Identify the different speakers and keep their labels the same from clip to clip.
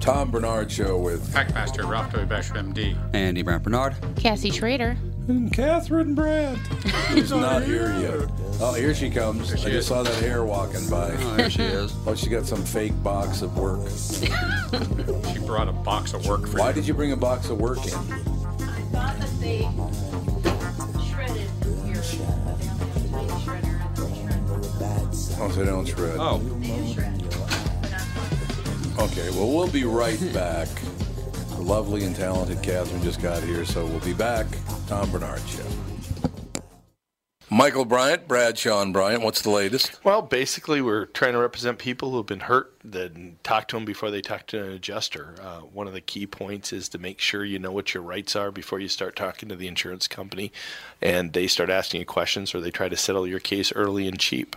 Speaker 1: Tom Bernard Show with
Speaker 2: Packmaster Ralph W. Basher, MD.
Speaker 3: Andy Brown Bernard.
Speaker 4: Cassie Schrader.
Speaker 5: And Catherine Brandt.
Speaker 1: He's not here yet. Oh, here she comes. I just saw that hair walking by.
Speaker 3: Oh, there she is.
Speaker 1: Oh, she got some fake box of work.
Speaker 2: She brought a box of work for
Speaker 1: Why
Speaker 2: you.
Speaker 1: did you bring a box of work in?
Speaker 6: I thought that they shredded your shredder and
Speaker 1: Oh, so they don't shred.
Speaker 2: Oh,
Speaker 6: they do shred. But I'm
Speaker 1: Okay, well, we'll be right back. The lovely and talented Catherine just got here, so we'll be back. Tom Bernard Show. Michael Bryant, Brad Sean Bryant, what's the latest?
Speaker 7: Well, basically, we're trying to represent people who've been hurt, then talk to them before they talk to an adjuster. Uh, one of the key points is to make sure you know what your rights are before you start talking to the insurance company and they start asking you questions or they try to settle your case early and cheap.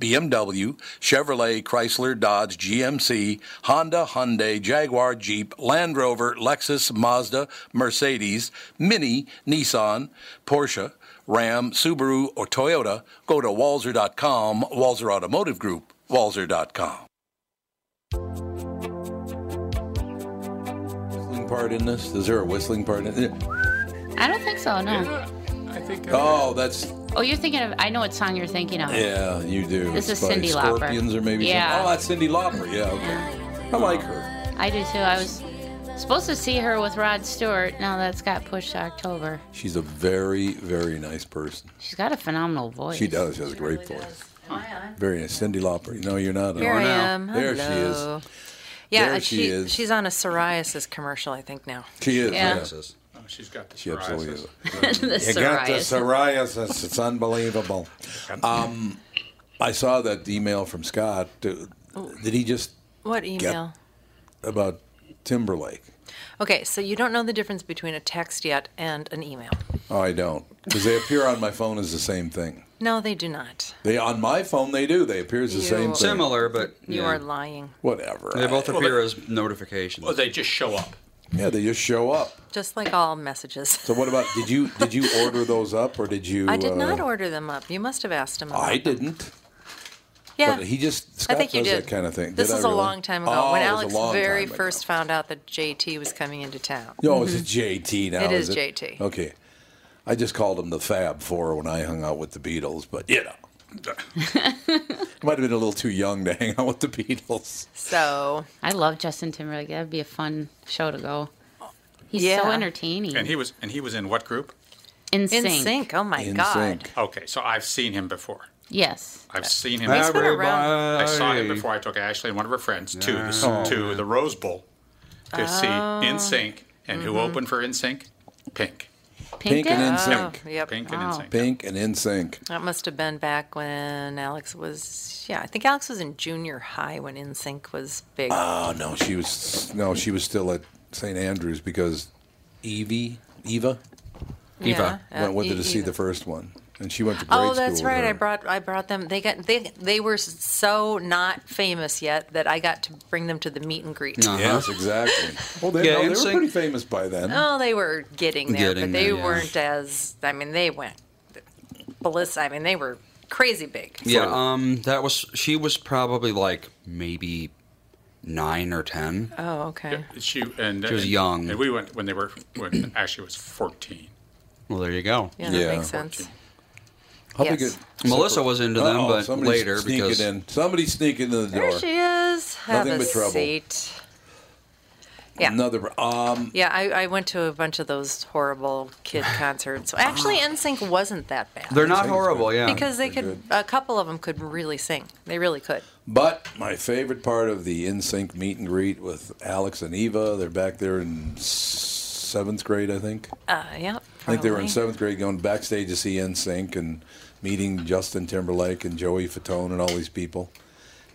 Speaker 1: BMW, Chevrolet, Chrysler, Dodge, GMC, Honda, Hyundai, Jaguar, Jeep, Land Rover, Lexus, Mazda, Mercedes, Mini, Nissan, Porsche, Ram, Subaru, or Toyota, go to walzer.com, Walzer Automotive Group, walzer.com. Whistling part in this? Is there a whistling part in it?
Speaker 4: I don't think so, no.
Speaker 2: I think uh,
Speaker 1: Oh, that's
Speaker 4: Oh, you're thinking of, I know what song you're thinking of.
Speaker 1: yeah, you do.
Speaker 4: This
Speaker 1: It's
Speaker 4: is
Speaker 1: by
Speaker 4: Cyndi Lauper.
Speaker 1: Scorpions or maybe
Speaker 4: Yeah.
Speaker 1: something. Oh, that's Cindy Lauper. Yeah, okay. I like her.
Speaker 4: I do too. I was supposed to see her with Rod Stewart. Now that's got pushed to October.
Speaker 1: She's a very, very nice person.
Speaker 4: She's got a phenomenal voice.
Speaker 1: She does. She has a great voice. Very nice. Cindy Lauper. No, you're not.
Speaker 6: Here I am.
Speaker 1: There she is.
Speaker 6: Hello. Yeah,
Speaker 1: There
Speaker 6: uh,
Speaker 1: she
Speaker 6: she,
Speaker 1: is.
Speaker 6: she's on a psoriasis commercial, I think now.
Speaker 1: She is.
Speaker 4: Yeah.
Speaker 1: yes.
Speaker 2: oh, she's got the
Speaker 1: She absolutely
Speaker 2: psoriasis.
Speaker 1: is.
Speaker 4: the
Speaker 5: You got the
Speaker 4: psoriasis.
Speaker 5: psoriasis. It's unbelievable.
Speaker 1: Um, I saw that email from Scott. Uh, Did he just
Speaker 6: What email?
Speaker 1: about Timberlake?
Speaker 6: Okay, so you don't know the difference between a text yet and an email.
Speaker 1: Oh, I don't. Because they appear on my phone as the same thing.
Speaker 6: No, they do not.
Speaker 1: They on my phone they do. They appear as the
Speaker 6: You-
Speaker 1: same thing.
Speaker 3: Similar, but
Speaker 6: You
Speaker 3: yeah.
Speaker 6: are lying.
Speaker 1: Whatever.
Speaker 3: They both
Speaker 1: I-
Speaker 3: appear as notifications.
Speaker 1: Oh,
Speaker 2: Well, they just show up.
Speaker 1: yeah, they just show up.
Speaker 6: Just like all messages.
Speaker 1: So what about did you did you order those up or did you?
Speaker 6: I did not
Speaker 1: uh,
Speaker 6: order them up. You must have asked him. About
Speaker 1: I
Speaker 6: them.
Speaker 1: didn't.
Speaker 6: Yeah.
Speaker 1: But he just
Speaker 6: I
Speaker 1: Scott
Speaker 6: think you
Speaker 1: does
Speaker 6: did.
Speaker 1: that kind of thing.
Speaker 6: This
Speaker 1: Did I
Speaker 6: is
Speaker 1: really?
Speaker 6: a long time ago
Speaker 1: Oh,
Speaker 6: when
Speaker 1: it was a
Speaker 6: Alex
Speaker 1: long
Speaker 6: very
Speaker 1: time ago.
Speaker 6: first found out that JT was coming into town.
Speaker 1: No, it's JT now.
Speaker 6: Mm-hmm. It is
Speaker 1: it?
Speaker 6: JT.
Speaker 1: Okay. I just called him the Fab Four when I hung out with the Beatles, but you know. Might have been a little too young to hang out with the Beatles.
Speaker 6: So
Speaker 4: I love Justin Timberlake. That'd be a fun show to go. He's so
Speaker 6: Yeah.
Speaker 4: entertaining.
Speaker 2: And he was and he was in what group?
Speaker 4: in
Speaker 6: in
Speaker 4: sync.
Speaker 6: sync. Oh my
Speaker 1: In
Speaker 6: god.
Speaker 1: sync.
Speaker 2: Okay, so I've seen him before.
Speaker 4: Yes.
Speaker 2: I've seen him.
Speaker 6: He's
Speaker 2: before.
Speaker 6: been around.
Speaker 2: I saw him before I took Ashley and one of her friends to the, to the Rose Bowl to see
Speaker 6: Oh.
Speaker 2: In Sync and who
Speaker 6: Mm-hmm.
Speaker 2: opened for In Sync? Pink.
Speaker 1: Pink
Speaker 4: did?
Speaker 1: and
Speaker 6: Oh,
Speaker 1: NSYNC.
Speaker 6: yep.
Speaker 2: Pink
Speaker 4: Wow.
Speaker 2: and In Sync.
Speaker 1: Pink and NSYNC.
Speaker 6: That must have been back when Alex was yeah, I think Alex was in junior high when InSync was big.
Speaker 1: Oh no, she was no, she was still at St. Andrews because Evie Eva
Speaker 3: Eva.
Speaker 6: Yeah,
Speaker 1: went with her
Speaker 6: E-
Speaker 1: to see the
Speaker 6: Eva.
Speaker 1: first one, and she went to grade
Speaker 6: Oh,
Speaker 1: school
Speaker 6: that's
Speaker 1: with
Speaker 6: right. I
Speaker 1: her.
Speaker 6: brought I brought them. They got they they were so not famous yet that I got to bring them to the meet and greet.
Speaker 3: Uh-huh.
Speaker 1: Yes, exactly. Well, they,
Speaker 3: Yeah,
Speaker 1: no, they were
Speaker 3: NSYNC
Speaker 1: pretty famous by then.
Speaker 6: Oh, they were getting there, but
Speaker 3: Getting
Speaker 6: they
Speaker 3: there, yeah.
Speaker 6: weren't as. I mean, they went ballistic. I mean, they were crazy big.
Speaker 3: Yeah, um, that was she was probably like maybe nine or ten.
Speaker 6: Oh, okay.
Speaker 2: She and
Speaker 3: She was young.
Speaker 2: And we went when they were when Ashley was fourteen.
Speaker 3: Well, there you go.
Speaker 6: Yeah, that
Speaker 1: Yeah.
Speaker 6: makes sense.
Speaker 1: How
Speaker 6: yes.
Speaker 1: big a-
Speaker 3: Melissa was into them,
Speaker 1: Uh-oh,
Speaker 3: but
Speaker 1: Oh, somebody's
Speaker 3: later
Speaker 1: sneaking
Speaker 3: because
Speaker 1: in. somebody's sneaking in the door.
Speaker 6: There she is. Have
Speaker 1: Nothing
Speaker 6: a
Speaker 1: but trouble.
Speaker 6: seat. Yeah.
Speaker 1: Another um,
Speaker 6: Yeah, I, I went to a bunch of those horrible kid concerts. Actually,
Speaker 1: Ah.
Speaker 6: NSYNC wasn't that bad.
Speaker 3: they're not horrible. Yeah,
Speaker 6: because they could, a couple of them could really sing. They really could.
Speaker 1: but my favorite part of the NSYNC meet and greet with Alex and Eva. They're back there in s- seventh grade, I think.
Speaker 6: Uh, yeah.
Speaker 1: I think they were in
Speaker 6: probably.
Speaker 1: seventh grade going backstage to see NSYNC and meeting Justin Timberlake and Joey Fatone and all these people.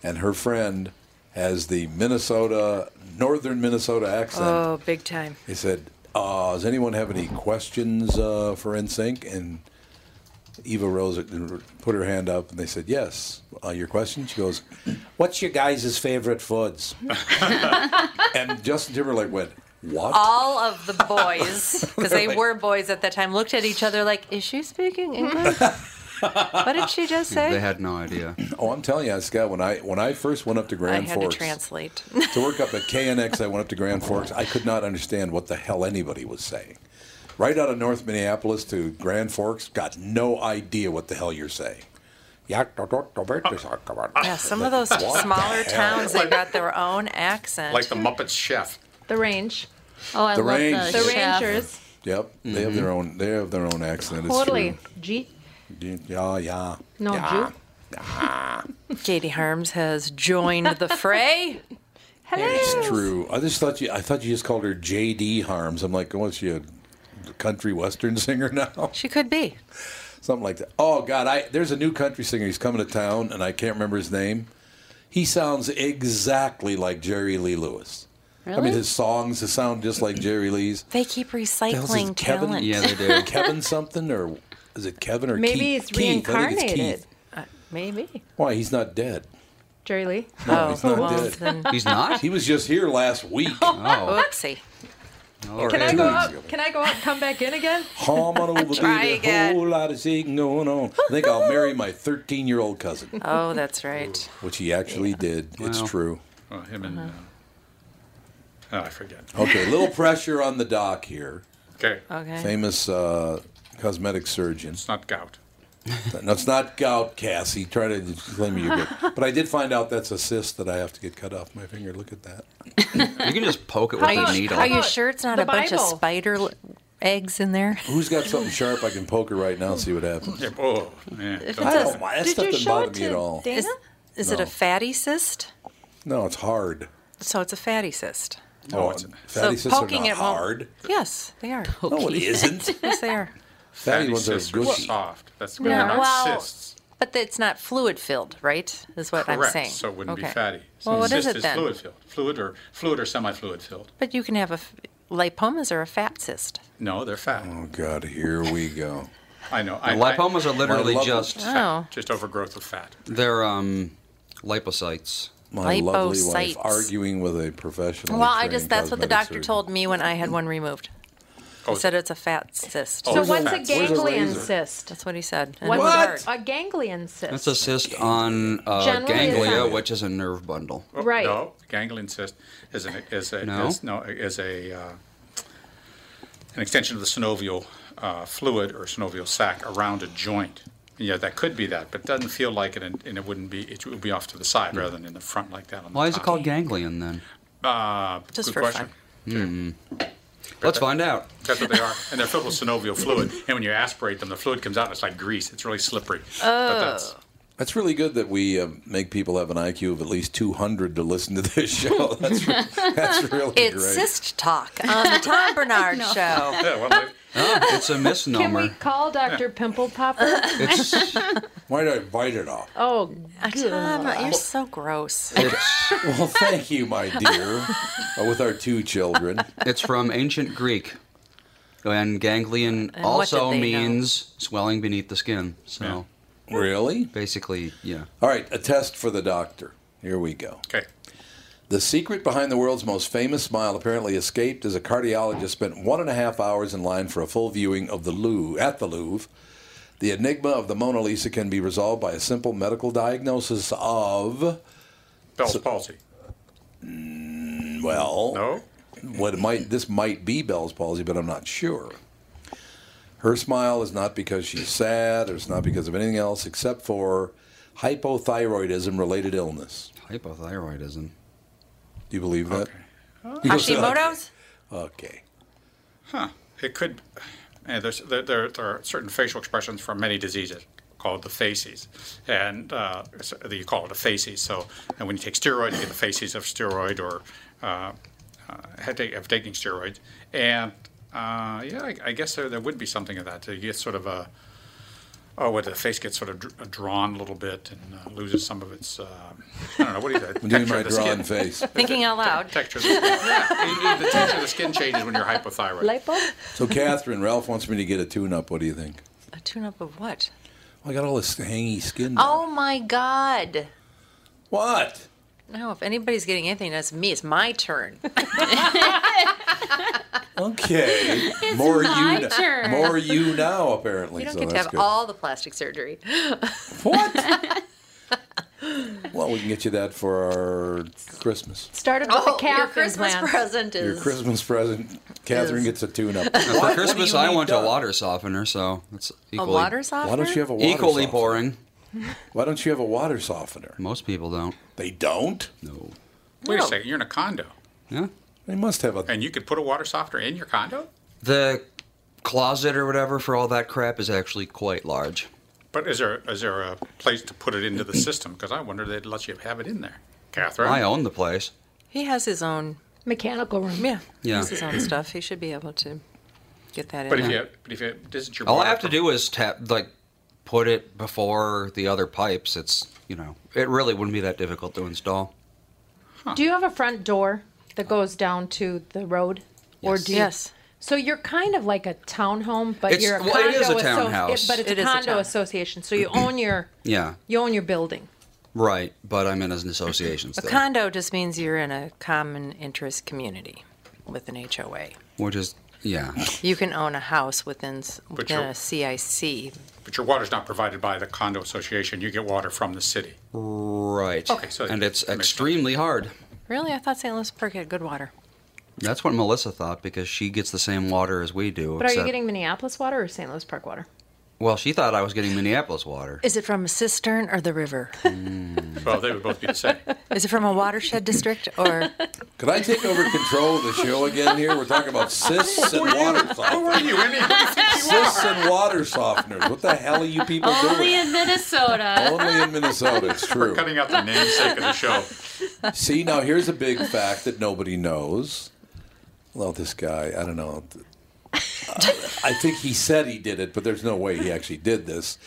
Speaker 1: And her friend has the Minnesota, northern Minnesota accent.
Speaker 6: Oh, big time.
Speaker 1: He said, uh, does anyone have any questions uh, for NSYNC? And Eva rose and put her hand up and they said, yes, uh, your question? She goes, what's your guys' favorite foods? and Justin Timberlake went, what?
Speaker 6: All of the boys, because they were boys at that time, looked at each other like, "Is she speaking English? what did she just
Speaker 3: they
Speaker 6: say?"
Speaker 3: had no idea.
Speaker 1: Oh, I'm telling you, Scott. When I when I first went up to
Speaker 6: I
Speaker 1: Grand
Speaker 6: had
Speaker 1: Forks
Speaker 6: to translate.
Speaker 1: to work up at KNX, I went up to Grand Forks. I could not understand what the hell anybody was saying. Right out of North Minneapolis to Grand Forks, got no idea what the hell you're saying.
Speaker 6: yeah, some of those smaller towns, they got their own accent.
Speaker 2: Like the Muppets chef.
Speaker 8: The range.
Speaker 4: Oh, I
Speaker 1: The
Speaker 4: love
Speaker 1: Range.
Speaker 4: the,
Speaker 8: The
Speaker 4: chef.
Speaker 8: Rangers.
Speaker 1: Yep, they have
Speaker 3: Mm-hmm.
Speaker 1: their own. They have their own accent. It's
Speaker 8: Totally. G.
Speaker 1: True. Yeah, yeah.
Speaker 8: No,
Speaker 1: yeah.
Speaker 8: Jew.
Speaker 6: Katie Harms has joined the fray.
Speaker 1: It's true. I just thought you. I thought you just called her J.D. Harms. I'm like, what's she a country western singer now?
Speaker 6: She could be.
Speaker 1: something like that. Oh God, I there's a new country singer. He's coming to town, and I can't remember his name. He sounds exactly like Jerry Lee Lewis. I mean,
Speaker 4: Really?
Speaker 1: his songs sound just like Jerry Lee's.
Speaker 6: They keep
Speaker 1: hell's his
Speaker 6: recycling
Speaker 1: Kevin?
Speaker 6: talent.
Speaker 3: Yeah, they do.
Speaker 1: Kevin something, or is it Kevin or
Speaker 8: Maybe
Speaker 1: Keith?
Speaker 8: he's
Speaker 1: Keith, I think it's
Speaker 8: reincarnated.
Speaker 1: Keith.
Speaker 6: Uh,
Speaker 8: Maybe.
Speaker 1: Why he's not dead?
Speaker 8: Jerry Lee.
Speaker 1: No,
Speaker 6: oh,
Speaker 1: he's not
Speaker 6: well,
Speaker 1: dead.
Speaker 6: then,
Speaker 3: He's not.
Speaker 1: He was just here last week.
Speaker 3: Oh,
Speaker 6: oopsie.
Speaker 3: or
Speaker 8: Can I
Speaker 3: two
Speaker 8: go
Speaker 3: weeks
Speaker 8: out?
Speaker 3: ago.
Speaker 8: Can I go out and come back in again?
Speaker 1: Home on over
Speaker 6: Try
Speaker 1: there,
Speaker 6: again.
Speaker 1: whole lot of zing going on. I think I'll marry my 13 year old cousin,
Speaker 6: Oh, that's right. Uh-huh.
Speaker 1: which he actually did. It's
Speaker 3: Wow.
Speaker 1: true.
Speaker 2: Well, him and uh, oh, I forget.
Speaker 1: Okay, a little pressure on the doc here.
Speaker 2: Okay,
Speaker 6: Okay.
Speaker 1: famous uh, cosmetic surgeon.
Speaker 2: it's not gout.
Speaker 1: No, it's not gout, Cassie. Try to claim you're good. But I did find out that's a cyst that I have to get cut off my finger. Look at that.
Speaker 3: You can just poke it with
Speaker 8: about-
Speaker 3: a needle.
Speaker 8: how
Speaker 6: Are you sure it's not
Speaker 8: The
Speaker 6: a bunch of
Speaker 8: Bible.
Speaker 6: spider l- eggs in there?
Speaker 1: Who's got something sharp I can poke her right now and see what happens?
Speaker 2: Yeah, oh, yeah, don't-
Speaker 1: I don't mind. That
Speaker 8: Did
Speaker 1: stuff
Speaker 8: you
Speaker 1: doesn't
Speaker 8: show
Speaker 1: bother
Speaker 8: it
Speaker 1: me at all.
Speaker 8: to Dana?
Speaker 6: Is, is it a fatty cyst?
Speaker 1: No, it's hard.
Speaker 6: So it's a fatty cyst.
Speaker 1: Oh,
Speaker 2: it's-
Speaker 1: fatty
Speaker 6: so
Speaker 1: cysts are
Speaker 6: poking
Speaker 1: not
Speaker 6: it won't-
Speaker 1: hard.
Speaker 6: Yes, they are.
Speaker 1: No, it isn't.
Speaker 6: Yes, they are.
Speaker 1: Fatty ones are
Speaker 2: cysts are
Speaker 1: gushy.
Speaker 2: soft. That's good. They're not
Speaker 6: Well,
Speaker 2: cysts.
Speaker 6: But it's not fluid filled, right? Is what I'm
Speaker 2: Correct.
Speaker 6: saying.
Speaker 2: So it wouldn't be
Speaker 6: Okay.
Speaker 2: fatty. So
Speaker 6: Well, what is
Speaker 2: cyst
Speaker 6: it then?
Speaker 2: fluid filled, fluid or fluid or semi-fluid filled.
Speaker 6: But you can have a. f- lipomas are a fat cyst.
Speaker 2: No, they're fat.
Speaker 1: Oh God, here we go.
Speaker 2: I know.
Speaker 3: The lipomas are literally My lipo- just-
Speaker 2: fat,
Speaker 6: Oh.
Speaker 2: just overgrowth of fat.
Speaker 3: They're um, lipocytes.
Speaker 1: My lovely wife
Speaker 6: Lipocytes.
Speaker 1: arguing with a professional.
Speaker 6: Well, I just that's what the doctor
Speaker 1: told.
Speaker 6: told me when I had one removed.
Speaker 1: Oh.
Speaker 6: He said it's a fat cyst.
Speaker 1: So
Speaker 8: So what's a ganglion cyst?
Speaker 6: That's what he said. And it
Speaker 8: What's
Speaker 6: was hard.
Speaker 8: a ganglion cyst?
Speaker 3: That's a cyst on uh,
Speaker 8: Generally,
Speaker 3: ganglia,
Speaker 8: it's-
Speaker 3: which is a nerve bundle.
Speaker 2: Oh,
Speaker 8: Right.
Speaker 2: No, ganglion cyst is an is a
Speaker 3: No?
Speaker 2: is, no is a uh, an extension of the synovial uh, fluid or synovial sac around a joint. Yeah, that could be that, but it doesn't feel like it, and, and it wouldn't be. It would be off to the side
Speaker 3: Hmm.
Speaker 2: rather than in the front like that. On
Speaker 3: Why
Speaker 2: the
Speaker 3: is it
Speaker 2: top.
Speaker 3: called ganglion then?
Speaker 2: Uh,
Speaker 6: Just
Speaker 2: good
Speaker 6: for
Speaker 2: question.
Speaker 6: fun.
Speaker 3: Hmm. Let's find out.
Speaker 2: That's what they are, and they're filled with synovial fluid. And when you aspirate them, the fluid comes out. and It's like grease. It's really slippery.
Speaker 6: Oh.
Speaker 2: But
Speaker 1: Oh.
Speaker 2: that's,
Speaker 1: That's really good that we uh, make people have an IQ of at least 200 to listen to this show. That's, re- that's really
Speaker 6: It's
Speaker 1: great.
Speaker 6: cyst talk on the Tom Bernard
Speaker 8: No.
Speaker 6: show.
Speaker 3: Oh, it's a
Speaker 8: Can we
Speaker 3: misnomer.
Speaker 8: call Dr. Pimple Popper?
Speaker 1: Why did I bite it off?
Speaker 8: Oh,
Speaker 6: Uh, Tom,
Speaker 8: God.
Speaker 6: you're so gross.
Speaker 3: It's,
Speaker 1: Well, thank you, my dear, uh, with our two children.
Speaker 3: it's from ancient Greek. And ganglion
Speaker 6: And what
Speaker 3: also
Speaker 6: did they know?
Speaker 3: means swelling beneath the skin. So
Speaker 1: Really?
Speaker 3: basically, yeah.
Speaker 1: All right, a test for the doctor. Here we go.
Speaker 2: okay.
Speaker 1: The secret behind the world's most famous smile apparently escaped as a cardiologist spent one and a half hours in line for a full viewing of the Louvre at the Louvre. The enigma of the Mona Lisa can be resolved by a simple medical diagnosis of
Speaker 2: Bell's palsy.
Speaker 1: Mm, well,
Speaker 2: No.
Speaker 1: what it might this might be Bell's palsy, but I'm not sure. Her smile is not because she's sad, or it's not because of anything else except for hypothyroidism related illness.
Speaker 3: Hypothyroidism.
Speaker 1: Do you believe that? Okay.
Speaker 6: Hashimoto's?
Speaker 1: Okay.
Speaker 2: Huh. It could. And there's, there, there, there are certain facial expressions from many diseases called the facies, and uh, so you call it a facies. So, and when you take steroids, you get the facies of steroid or uh, uh, had ta- of taking steroids. And uh, yeah, I, I guess there, there would be something of that. You get sort of a oh, where the face gets sort of dr- drawn a little bit and uh, loses some of its uh, I don't know what do you
Speaker 1: I'm
Speaker 2: texture
Speaker 1: doing
Speaker 2: of
Speaker 1: my
Speaker 2: the skin.
Speaker 1: drawn face.
Speaker 6: Thinking out loud.
Speaker 2: Texture of the skin. Yeah, you- you- the texture of the skin changes when you're hypothyroid.
Speaker 8: lipo?
Speaker 1: So, Catherine, Ralph wants me to get a tune up. What do you think?
Speaker 6: A tune up of what?
Speaker 1: Well, I got all this hangy skin. down.
Speaker 6: Oh my God.
Speaker 1: What?
Speaker 6: No, if anybody's getting anything, that's me. It's my turn.
Speaker 1: Okay. more
Speaker 4: my
Speaker 1: you. n-
Speaker 4: turn.
Speaker 1: More you now, apparently.
Speaker 6: You don't
Speaker 1: so
Speaker 6: get to
Speaker 1: that's
Speaker 6: have
Speaker 1: good.
Speaker 6: all the plastic surgery.
Speaker 1: What? well, we can get you that for our Christmas.
Speaker 8: Started with
Speaker 6: Oh,
Speaker 8: the
Speaker 6: your
Speaker 8: calf
Speaker 6: Christmas
Speaker 8: implants.
Speaker 6: present is.
Speaker 1: Your Christmas present. Catherine gets a tune up.
Speaker 3: Now, Uh, for Christmas, I want a water softener, so it's
Speaker 6: a
Speaker 3: equally,
Speaker 6: water softener?
Speaker 1: Why don't you have a water
Speaker 3: equally
Speaker 1: softener?
Speaker 3: boring.
Speaker 1: Why don't you have a water softener?
Speaker 3: Most people don't.
Speaker 1: They don't.
Speaker 3: No.
Speaker 2: Wait a
Speaker 6: No.
Speaker 2: second, you're in a condo,
Speaker 3: Yeah.
Speaker 1: They must have a.
Speaker 2: and you could put a water softener in your condo.
Speaker 3: The closet or whatever for all that crap is actually quite large.
Speaker 2: But is there is there a place to put it into the system? Because I wonder if they'd let you have it in there, Catherine.
Speaker 3: I own the place.
Speaker 6: He has his own.
Speaker 8: Mechanical room.
Speaker 6: Yeah. He
Speaker 3: Yeah.
Speaker 6: has his own stuff. He should be able to get that
Speaker 2: But
Speaker 6: in.
Speaker 2: if
Speaker 6: there.
Speaker 2: you but if it isn't your
Speaker 3: All I
Speaker 2: water
Speaker 3: have to
Speaker 2: pro-
Speaker 3: do is tap, like, put it before the other pipes. It's, you know, it really wouldn't be that difficult to install.
Speaker 8: Do you have a front door that goes down to the road? Or
Speaker 3: Yes.
Speaker 8: do you-
Speaker 6: Yes.
Speaker 8: So you're kind of like a townhome, but
Speaker 3: It's-
Speaker 8: you're a
Speaker 3: well,
Speaker 8: condo
Speaker 3: it is a
Speaker 8: asso-
Speaker 3: townhouse.
Speaker 8: but it's
Speaker 6: It
Speaker 8: a
Speaker 6: is a
Speaker 8: condo
Speaker 6: town-
Speaker 8: association. So you own your
Speaker 3: Yeah.
Speaker 8: you own your building.
Speaker 3: Right. But I'm in an association
Speaker 6: A
Speaker 3: thing,
Speaker 6: condo just means you're in a common interest community with an HOA.
Speaker 3: which is, yeah.
Speaker 6: You can own a house within, s- within
Speaker 2: you're-
Speaker 6: a CIC.
Speaker 2: But your water's not provided by the condo association. You get water from the city.
Speaker 3: Right.
Speaker 2: Okay, so
Speaker 3: and
Speaker 2: it
Speaker 3: it's
Speaker 2: makes sense.
Speaker 3: extremely hard.
Speaker 6: Really? I thought St. Louis Park had good water.
Speaker 3: That's what Melissa thought because she gets the same water as we do.
Speaker 8: But are you
Speaker 3: except-
Speaker 8: getting Minneapolis water or St. Louis Park water?
Speaker 3: Well, she thought I was getting Minneapolis water.
Speaker 6: Is it from a cistern or the river?
Speaker 2: Well, they would both be the same.
Speaker 6: Is it from a watershed district or
Speaker 1: Could I take over control of the show again here? We're talking about cysts and water
Speaker 2: Who
Speaker 1: softeners.
Speaker 2: are you? Any- who do you think you
Speaker 1: Cysts
Speaker 2: are?
Speaker 1: and water softeners. What the hell are you people Oh.
Speaker 4: Only
Speaker 1: doing?
Speaker 4: in Minnesota.
Speaker 1: Only in Minnesota. It's true.
Speaker 2: Cutting out the namesake of the show.
Speaker 1: See, now here's a big fact that nobody knows. Well, this guy, I don't know. Uh, I think he said he did it, but there's no way he actually did this.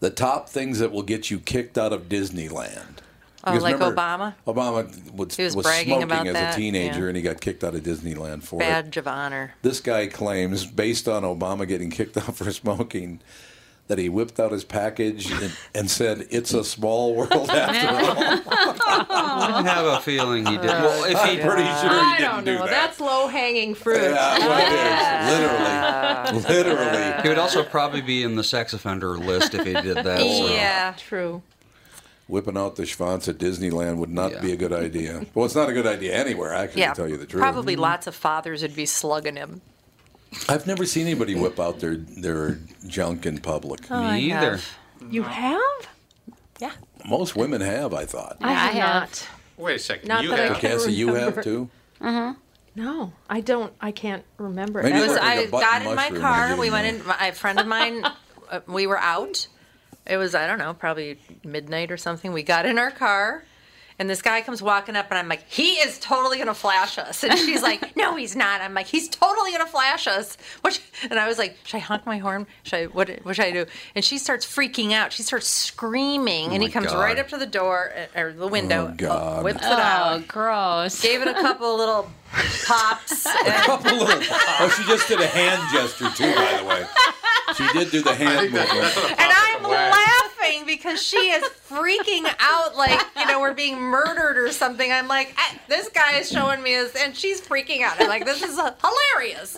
Speaker 1: The top things that will get you kicked out of Disneyland.
Speaker 6: Oh,
Speaker 1: Because
Speaker 6: like
Speaker 1: remember,
Speaker 6: Obama?
Speaker 1: Obama was,
Speaker 6: He was
Speaker 1: was,
Speaker 6: bragging
Speaker 1: smoking
Speaker 6: about
Speaker 1: as
Speaker 6: that,
Speaker 1: a teenager,
Speaker 6: yeah.
Speaker 1: and he got kicked out of Disneyland for it.
Speaker 6: Badge of honor.
Speaker 1: This guy claims, based on Obama getting kicked out for smoking, that he whipped out his package and, and said, "It's a small world." After all,
Speaker 3: I have a feeling he did. Well, if he,
Speaker 1: I'm pretty sure he
Speaker 8: I
Speaker 1: didn't
Speaker 8: don't
Speaker 1: do
Speaker 8: know.
Speaker 1: that.
Speaker 8: That's low hanging fruit.
Speaker 1: literally, literally.
Speaker 3: he would also probably be in the sex offender list if he did that. so.
Speaker 6: Yeah.
Speaker 8: True.
Speaker 1: Whipping out the schwanz at Disneyland would not be a good idea. Well, it's not a good idea anywhere. Actually,
Speaker 6: Yeah.
Speaker 1: to tell you the truth,
Speaker 6: Probably lots of fathers would be slugging him.
Speaker 1: I've never seen anybody whip out their their junk in public.
Speaker 6: Oh, I have.
Speaker 8: You have?
Speaker 1: Most women have, I thought.
Speaker 8: I have
Speaker 4: I have.
Speaker 8: not.
Speaker 2: Wait a second.
Speaker 8: Not
Speaker 2: you
Speaker 8: that I
Speaker 2: have
Speaker 8: can
Speaker 1: Cassie, you have
Speaker 8: remember.
Speaker 1: too.
Speaker 8: No, I don't. I can't remember.
Speaker 1: Maybe
Speaker 8: it.
Speaker 6: I
Speaker 1: You
Speaker 6: was.
Speaker 1: look like
Speaker 6: Mm-hmm. I
Speaker 1: a button
Speaker 6: got in my
Speaker 1: mushroom
Speaker 6: car.
Speaker 1: when
Speaker 6: We
Speaker 1: you
Speaker 6: went
Speaker 1: get in
Speaker 6: in. my- A friend of mine. uh, we were out. It was I don't know, probably midnight or something. We got in our car, and this guy comes walking up, and I'm like, he is totally gonna flash us. And she's like, no, he's not. I'm like, he's totally gonna flash us. Which, and I was like, should I honk my horn? Should I what? What should I do? And she starts freaking out. She starts screaming, and
Speaker 3: my
Speaker 6: he comes
Speaker 3: God.
Speaker 6: right up to the door uh, or the window,
Speaker 1: Oh, God.
Speaker 6: whips it
Speaker 4: Oh,
Speaker 6: out,
Speaker 4: gross.
Speaker 6: gave it a couple little pops. and-
Speaker 1: couple little. Oh, she just did a hand gesture too, by the way. She did do the hand movement.
Speaker 6: And I'm laughing because she is freaking out like, you know, we're being murdered or something. I'm like, "Ah, this guy is showing me this, and she's freaking out. I'm like, this is uh, hilarious.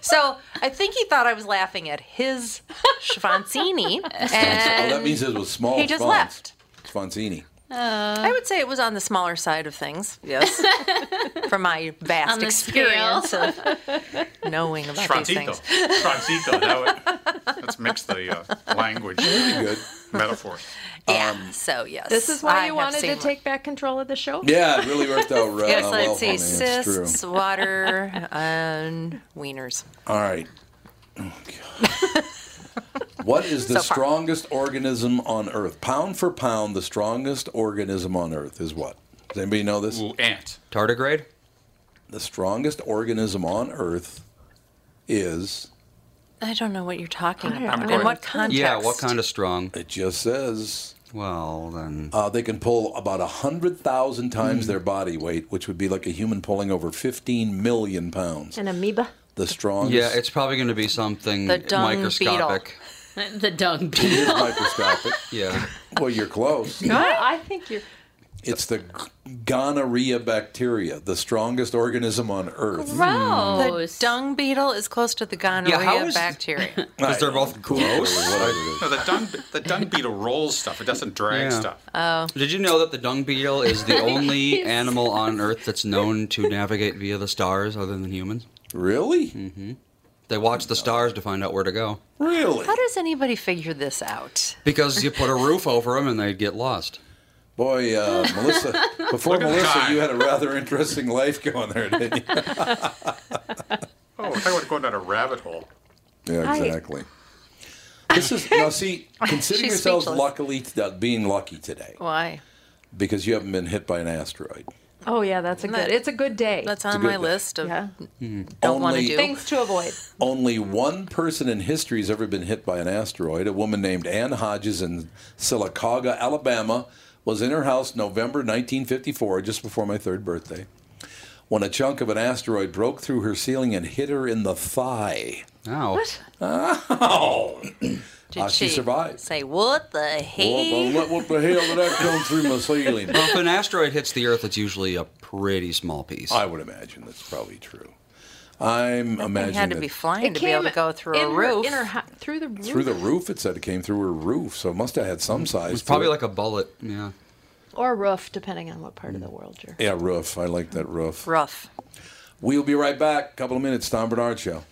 Speaker 6: so I think he thought I was laughing at his Schwanzini.
Speaker 1: Oh, that
Speaker 6: And
Speaker 1: means it was small.
Speaker 6: he just
Speaker 1: Fonz.
Speaker 6: left.
Speaker 1: Sponzini.
Speaker 8: Uh.
Speaker 6: I would say it was on the smaller side of things, yes. From my vast
Speaker 4: On the
Speaker 6: experience of knowing about these
Speaker 2: Franzico.
Speaker 6: things.
Speaker 2: Franzico. That would, let's mix the uh, language
Speaker 1: Good.
Speaker 2: metaphors.
Speaker 6: Yeah,
Speaker 1: Um,
Speaker 6: so yes.
Speaker 8: This is
Speaker 6: I
Speaker 8: why you
Speaker 6: have
Speaker 8: wanted to
Speaker 6: seen-
Speaker 8: take back control of the show.
Speaker 1: Yeah, it really worked out re-
Speaker 6: Yes,
Speaker 1: uh, well
Speaker 6: let's
Speaker 1: for me.
Speaker 6: see.
Speaker 1: It's true.
Speaker 6: Cysts, water, and wieners.
Speaker 1: All right. Oh, God. what is the
Speaker 6: So far.
Speaker 1: strongest organism on Earth? Pound for pound, the strongest organism on Earth is what? Does anybody know this?
Speaker 2: Ooh, ant.
Speaker 3: Tardigrade?
Speaker 1: The strongest organism on Earth is.
Speaker 6: I don't know what you're talking
Speaker 8: don't
Speaker 6: about.
Speaker 8: know.
Speaker 6: In what context?
Speaker 3: Yeah, what kind of strong?
Speaker 1: It just says
Speaker 3: Well, then. Hmm.
Speaker 1: uh, they can pull about hundred thousand times their body weight, which would be like a human pulling over fifteen million pounds.
Speaker 8: An amoeba.
Speaker 1: The strongest.
Speaker 3: Yeah, it's probably going to be something
Speaker 6: The dung
Speaker 3: microscopic.
Speaker 4: the dung
Speaker 1: It
Speaker 4: beetle.
Speaker 1: is microscopic.
Speaker 3: Yeah.
Speaker 1: well, you're close.
Speaker 8: I think you're.
Speaker 1: It's the g- gonorrhea bacteria, the strongest organism on Earth.
Speaker 6: The Mm.
Speaker 4: Gross.
Speaker 6: dung beetle is close to the gonorrhea
Speaker 3: how is-
Speaker 6: bacteria.
Speaker 3: Because they're both gross.
Speaker 2: No, the dung, the dung beetle rolls stuff. It doesn't drag
Speaker 3: Yeah.
Speaker 2: stuff.
Speaker 6: Oh.
Speaker 3: Did you know that the dung beetle is the only animal on Earth that's known to navigate via the stars other than humans? Mm-hmm.
Speaker 1: Really?
Speaker 3: They watch the stars to find out where to go.
Speaker 1: Really?
Speaker 6: How does anybody figure this out?
Speaker 3: Because you put a roof over them and they'd get lost.
Speaker 1: Boy, uh, Melissa, before
Speaker 2: Look at the
Speaker 1: Melissa,
Speaker 2: time.
Speaker 1: you had a rather interesting life going there, didn't you?
Speaker 2: Oh, if I would go down a rabbit hole.
Speaker 1: Yeah,
Speaker 8: I-
Speaker 1: exactly. This is now. See, consider
Speaker 6: She's
Speaker 1: yourselves
Speaker 6: speechless.
Speaker 1: luckily uh, being lucky today
Speaker 6: Why?
Speaker 1: because you haven't been hit by an asteroid.
Speaker 8: Oh yeah, that's a
Speaker 6: that-
Speaker 8: good. It's a good day.
Speaker 6: That's on
Speaker 1: good
Speaker 6: my
Speaker 1: thing.
Speaker 6: list of
Speaker 8: yeah.
Speaker 6: don't want to
Speaker 1: Only-
Speaker 6: do.
Speaker 8: Things to avoid.
Speaker 1: Only one person in history has ever been hit by an asteroid. A woman named Ann Hodges in Sylacauga, Alabama, was in her house November 1954, just before my third birthday, when a chunk of an asteroid broke through her ceiling and hit her in the thigh.
Speaker 3: Now,
Speaker 6: Did
Speaker 1: Ah, she survived.
Speaker 6: Say what the
Speaker 1: Oh,
Speaker 6: hey?
Speaker 1: but what the hell did that come through my ceiling?
Speaker 3: if an asteroid hits the Earth, it's usually a pretty small piece.
Speaker 1: I would imagine that's probably true. I'm
Speaker 6: It
Speaker 1: imagining
Speaker 6: had to
Speaker 1: that
Speaker 6: be flying to be able to go through
Speaker 8: in
Speaker 6: a roof.
Speaker 8: Her, in her, hou- through the roof.
Speaker 1: through the roof. It said it came through her roof, so it must have had some size.
Speaker 3: It's probably like a bullet. Yeah.
Speaker 8: or roof, depending on what part of the world you're.
Speaker 1: yeah roof. I like that roof.
Speaker 6: Rough.
Speaker 1: We'll be right back. Couple of minutes. Tom Bernard Show.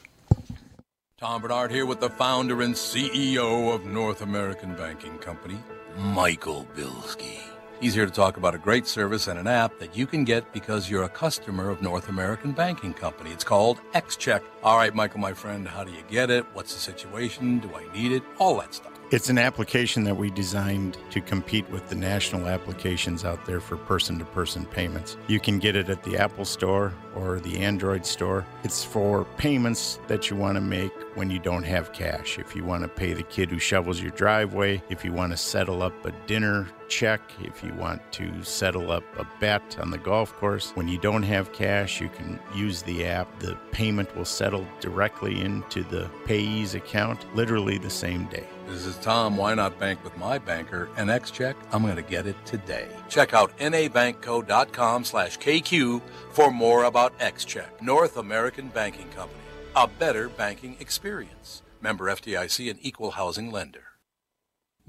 Speaker 1: Tom Bernard here with the founder and CEO of North American Banking Company, Michael Bilski. He's here to talk about a great service and an app that you can get because you're a customer of North American Banking Company. It's called XCheck. All right, Michael, my friend, how do you get it? What's the situation? Do I need it? All that stuff.
Speaker 9: It's an application that we designed to compete with the national applications out there for person to person payments. You can get it at the Apple Store or the Android Store. It's for payments that you want to make when you don't have cash. If you want to pay the kid who shovels your driveway, if you want to settle up a dinner check, if you want to settle up a bet on the golf course. When you don't have cash, you can use the app. The payment will settle directly into the payee's account literally the same day.
Speaker 1: This is Tom. Why not bank with my banker? NX check. I'm going to get it today. Check out nabankco.com slash KQ for more about XCheck, North American Banking Company. A better banking experience. Member FDIC and equal housing lender.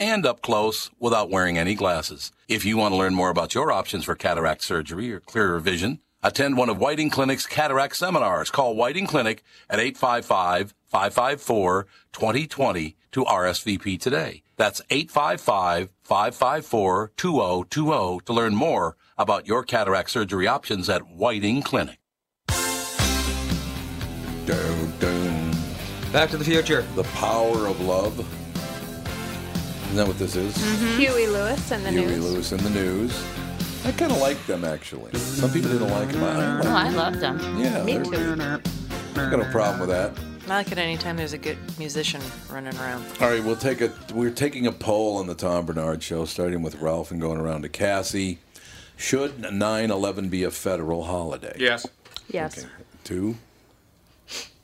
Speaker 1: and up close without wearing any glasses. If you want to learn more about your options for cataract surgery or clearer vision, attend one of Whiting Clinic's cataract seminars. Call Whiting Clinic at 855-554-2020 to RSVP today. That's 855-554-2020 to learn more about your cataract surgery options at Whiting Clinic.
Speaker 3: Back to the future.
Speaker 1: The power of love. Isn't that what this is?
Speaker 8: Mm-hmm. Huey Lewis and the
Speaker 1: Huey
Speaker 8: news.
Speaker 1: Lewis in the news. I kind of like them actually. Some people didn't like them. I,
Speaker 4: Oh, I loved them.
Speaker 1: Yeah, Me they're-
Speaker 4: too.
Speaker 1: I got a problem with that.
Speaker 6: I like it anytime there's a good musician running around.
Speaker 1: All right, we'll take a we're taking a poll on the Tom Bernard show, starting with Ralph and going around to Cassie. Should 9/11 be a federal holiday?
Speaker 2: Yes.
Speaker 8: Yes.
Speaker 1: Two.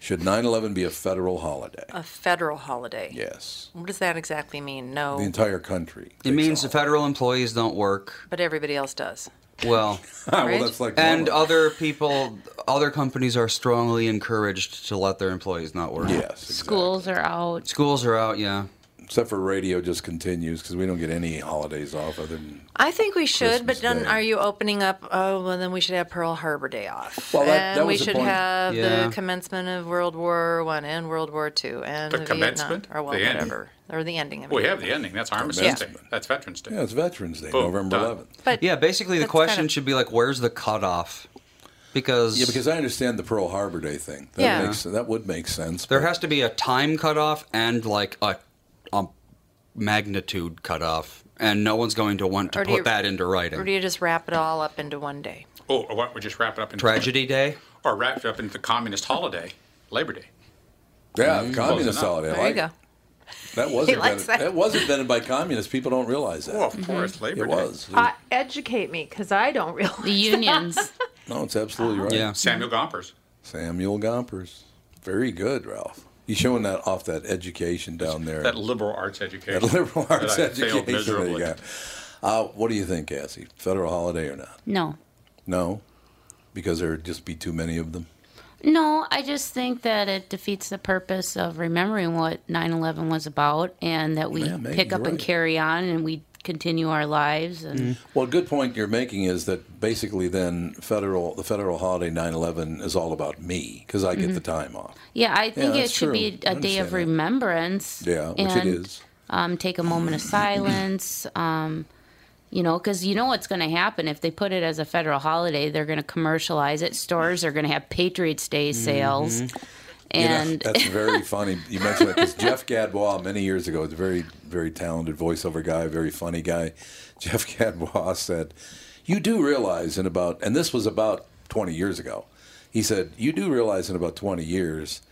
Speaker 1: Should 9/11 be a federal holiday?
Speaker 6: A federal holiday.
Speaker 1: Yes.
Speaker 6: What does that exactly mean?
Speaker 1: The
Speaker 6: No,
Speaker 1: entire country.
Speaker 3: It means the federal employees don't work.
Speaker 6: but everybody else does.
Speaker 3: Well,
Speaker 6: Well, Right? that's like
Speaker 3: and
Speaker 6: normal.
Speaker 3: other people, other companies are strongly encouraged to let their employees not work.
Speaker 1: Yes.
Speaker 4: Schools are out.
Speaker 3: Schools are out. Yeah.
Speaker 1: Except for radio just continues because we don't get any holidays off other than
Speaker 6: I think we should, but
Speaker 1: Christmas
Speaker 6: then
Speaker 1: Day.
Speaker 6: are you opening up? Oh, well, then we should have Pearl Harbor Day off.
Speaker 1: Well, that-
Speaker 6: and
Speaker 1: that
Speaker 6: we
Speaker 1: was the
Speaker 6: should
Speaker 1: point.
Speaker 6: have
Speaker 1: Yeah.
Speaker 6: the commencement of World War One and World War Two and
Speaker 2: The
Speaker 6: Vietnam,
Speaker 2: commencement?
Speaker 6: or well,
Speaker 2: The ending?
Speaker 6: whatever, or the ending of it.
Speaker 2: Oh, We have the ending. That's Armistice Day. That's Veterans Day.
Speaker 1: yeah, it's Veterans Day,
Speaker 2: Boom,
Speaker 1: November
Speaker 2: done.
Speaker 1: 11th.
Speaker 6: But
Speaker 3: yeah, basically the
Speaker 2: that's kind
Speaker 3: question
Speaker 2: of-
Speaker 3: should be like, where's the cutoff? Because
Speaker 1: Yeah, because I understand the Pearl Harbor Day thing. That
Speaker 3: Yeah.
Speaker 1: makes, that would make sense.
Speaker 3: there has to be a time cutoff and like a, a magnitude cutoff, and no one's going to want to
Speaker 6: Or do
Speaker 3: put
Speaker 6: you-
Speaker 3: that into
Speaker 6: Or
Speaker 3: writing.
Speaker 6: do you just wrap it all up into one day?
Speaker 2: Oh, or what? We just wrap it up in
Speaker 3: Tragedy Day.
Speaker 2: or wrap it up into the communist holiday, Labor Day.
Speaker 1: Yeah,
Speaker 2: Mm.
Speaker 1: communist
Speaker 2: Close enough.
Speaker 1: holiday. I
Speaker 6: Mm-hmm. There you
Speaker 1: like
Speaker 6: go.
Speaker 1: That was invented,
Speaker 8: likes
Speaker 1: that.
Speaker 8: that.
Speaker 1: was invented by communists. People don't realize that.
Speaker 2: Well, of
Speaker 6: Mm-hmm.
Speaker 2: course, Labor
Speaker 1: it
Speaker 2: Day.
Speaker 1: was.
Speaker 8: Uh, educate me, because I don't realize the unions.
Speaker 1: No, it's absolutely right.
Speaker 3: Yeah.
Speaker 2: Samuel Gompers.
Speaker 1: Samuel Gompers, very good, Ralph. You showing that off that education down there,
Speaker 2: That liberal arts education.
Speaker 1: that liberal
Speaker 2: that
Speaker 1: arts
Speaker 2: I failed
Speaker 1: education. that you
Speaker 2: miserably.
Speaker 1: got. Uh, what do you think, Cassie? Federal holiday or not?
Speaker 4: No.
Speaker 1: No, because there'd just be too many of them.
Speaker 4: No, I just think that it defeats the purpose of remembering what 9 11 was about and that we
Speaker 1: Yeah, maybe
Speaker 4: pick
Speaker 1: you're
Speaker 4: up and
Speaker 1: right. Mm-hmm.
Speaker 4: carry on and we continue our lives. And
Speaker 1: Well, a good point you're making is that basically then federal the federal holiday 9/11 is all about me because I get
Speaker 6: Mm-hmm.
Speaker 4: Mhm.
Speaker 1: the time off.
Speaker 4: yeah, I
Speaker 1: Yeah,
Speaker 4: think it
Speaker 1: that's
Speaker 4: should
Speaker 1: true. I
Speaker 4: be a day
Speaker 1: understand
Speaker 4: of
Speaker 1: that.
Speaker 4: remembrance.
Speaker 1: Yeah, which it
Speaker 4: and,
Speaker 1: is.
Speaker 4: Um, take a moment of silence. Um, you know, because you know what's going to happen if they put it as a federal holiday. They're going to commercialize it. Stores are going to have Patriots Day sales,
Speaker 1: Mhm. You know,
Speaker 4: and
Speaker 1: that's very funny. You mentioned that because Jeff Gadbois many years ago, is a very, very talented voiceover guy, very funny guy. Jeff Gadbois said, "You do realize in about and this was about 20 years ago. He said, "You do realize in about 20 years."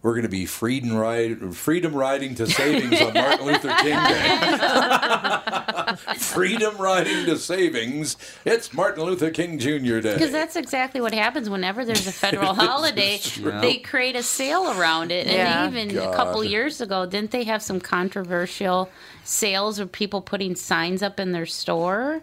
Speaker 1: We're going to be freedom, ride, freedom riding to savings on Martin Luther King Day. freedom riding to savings. It's Martin Luther King Jr. Day.
Speaker 4: Because that's exactly what happens whenever there's a federal holiday.
Speaker 1: true.
Speaker 4: They create a sale around it. And
Speaker 1: Yeah.
Speaker 4: even a couple
Speaker 1: God.
Speaker 4: years ago, didn't they have some controversial sales of people putting signs up in their store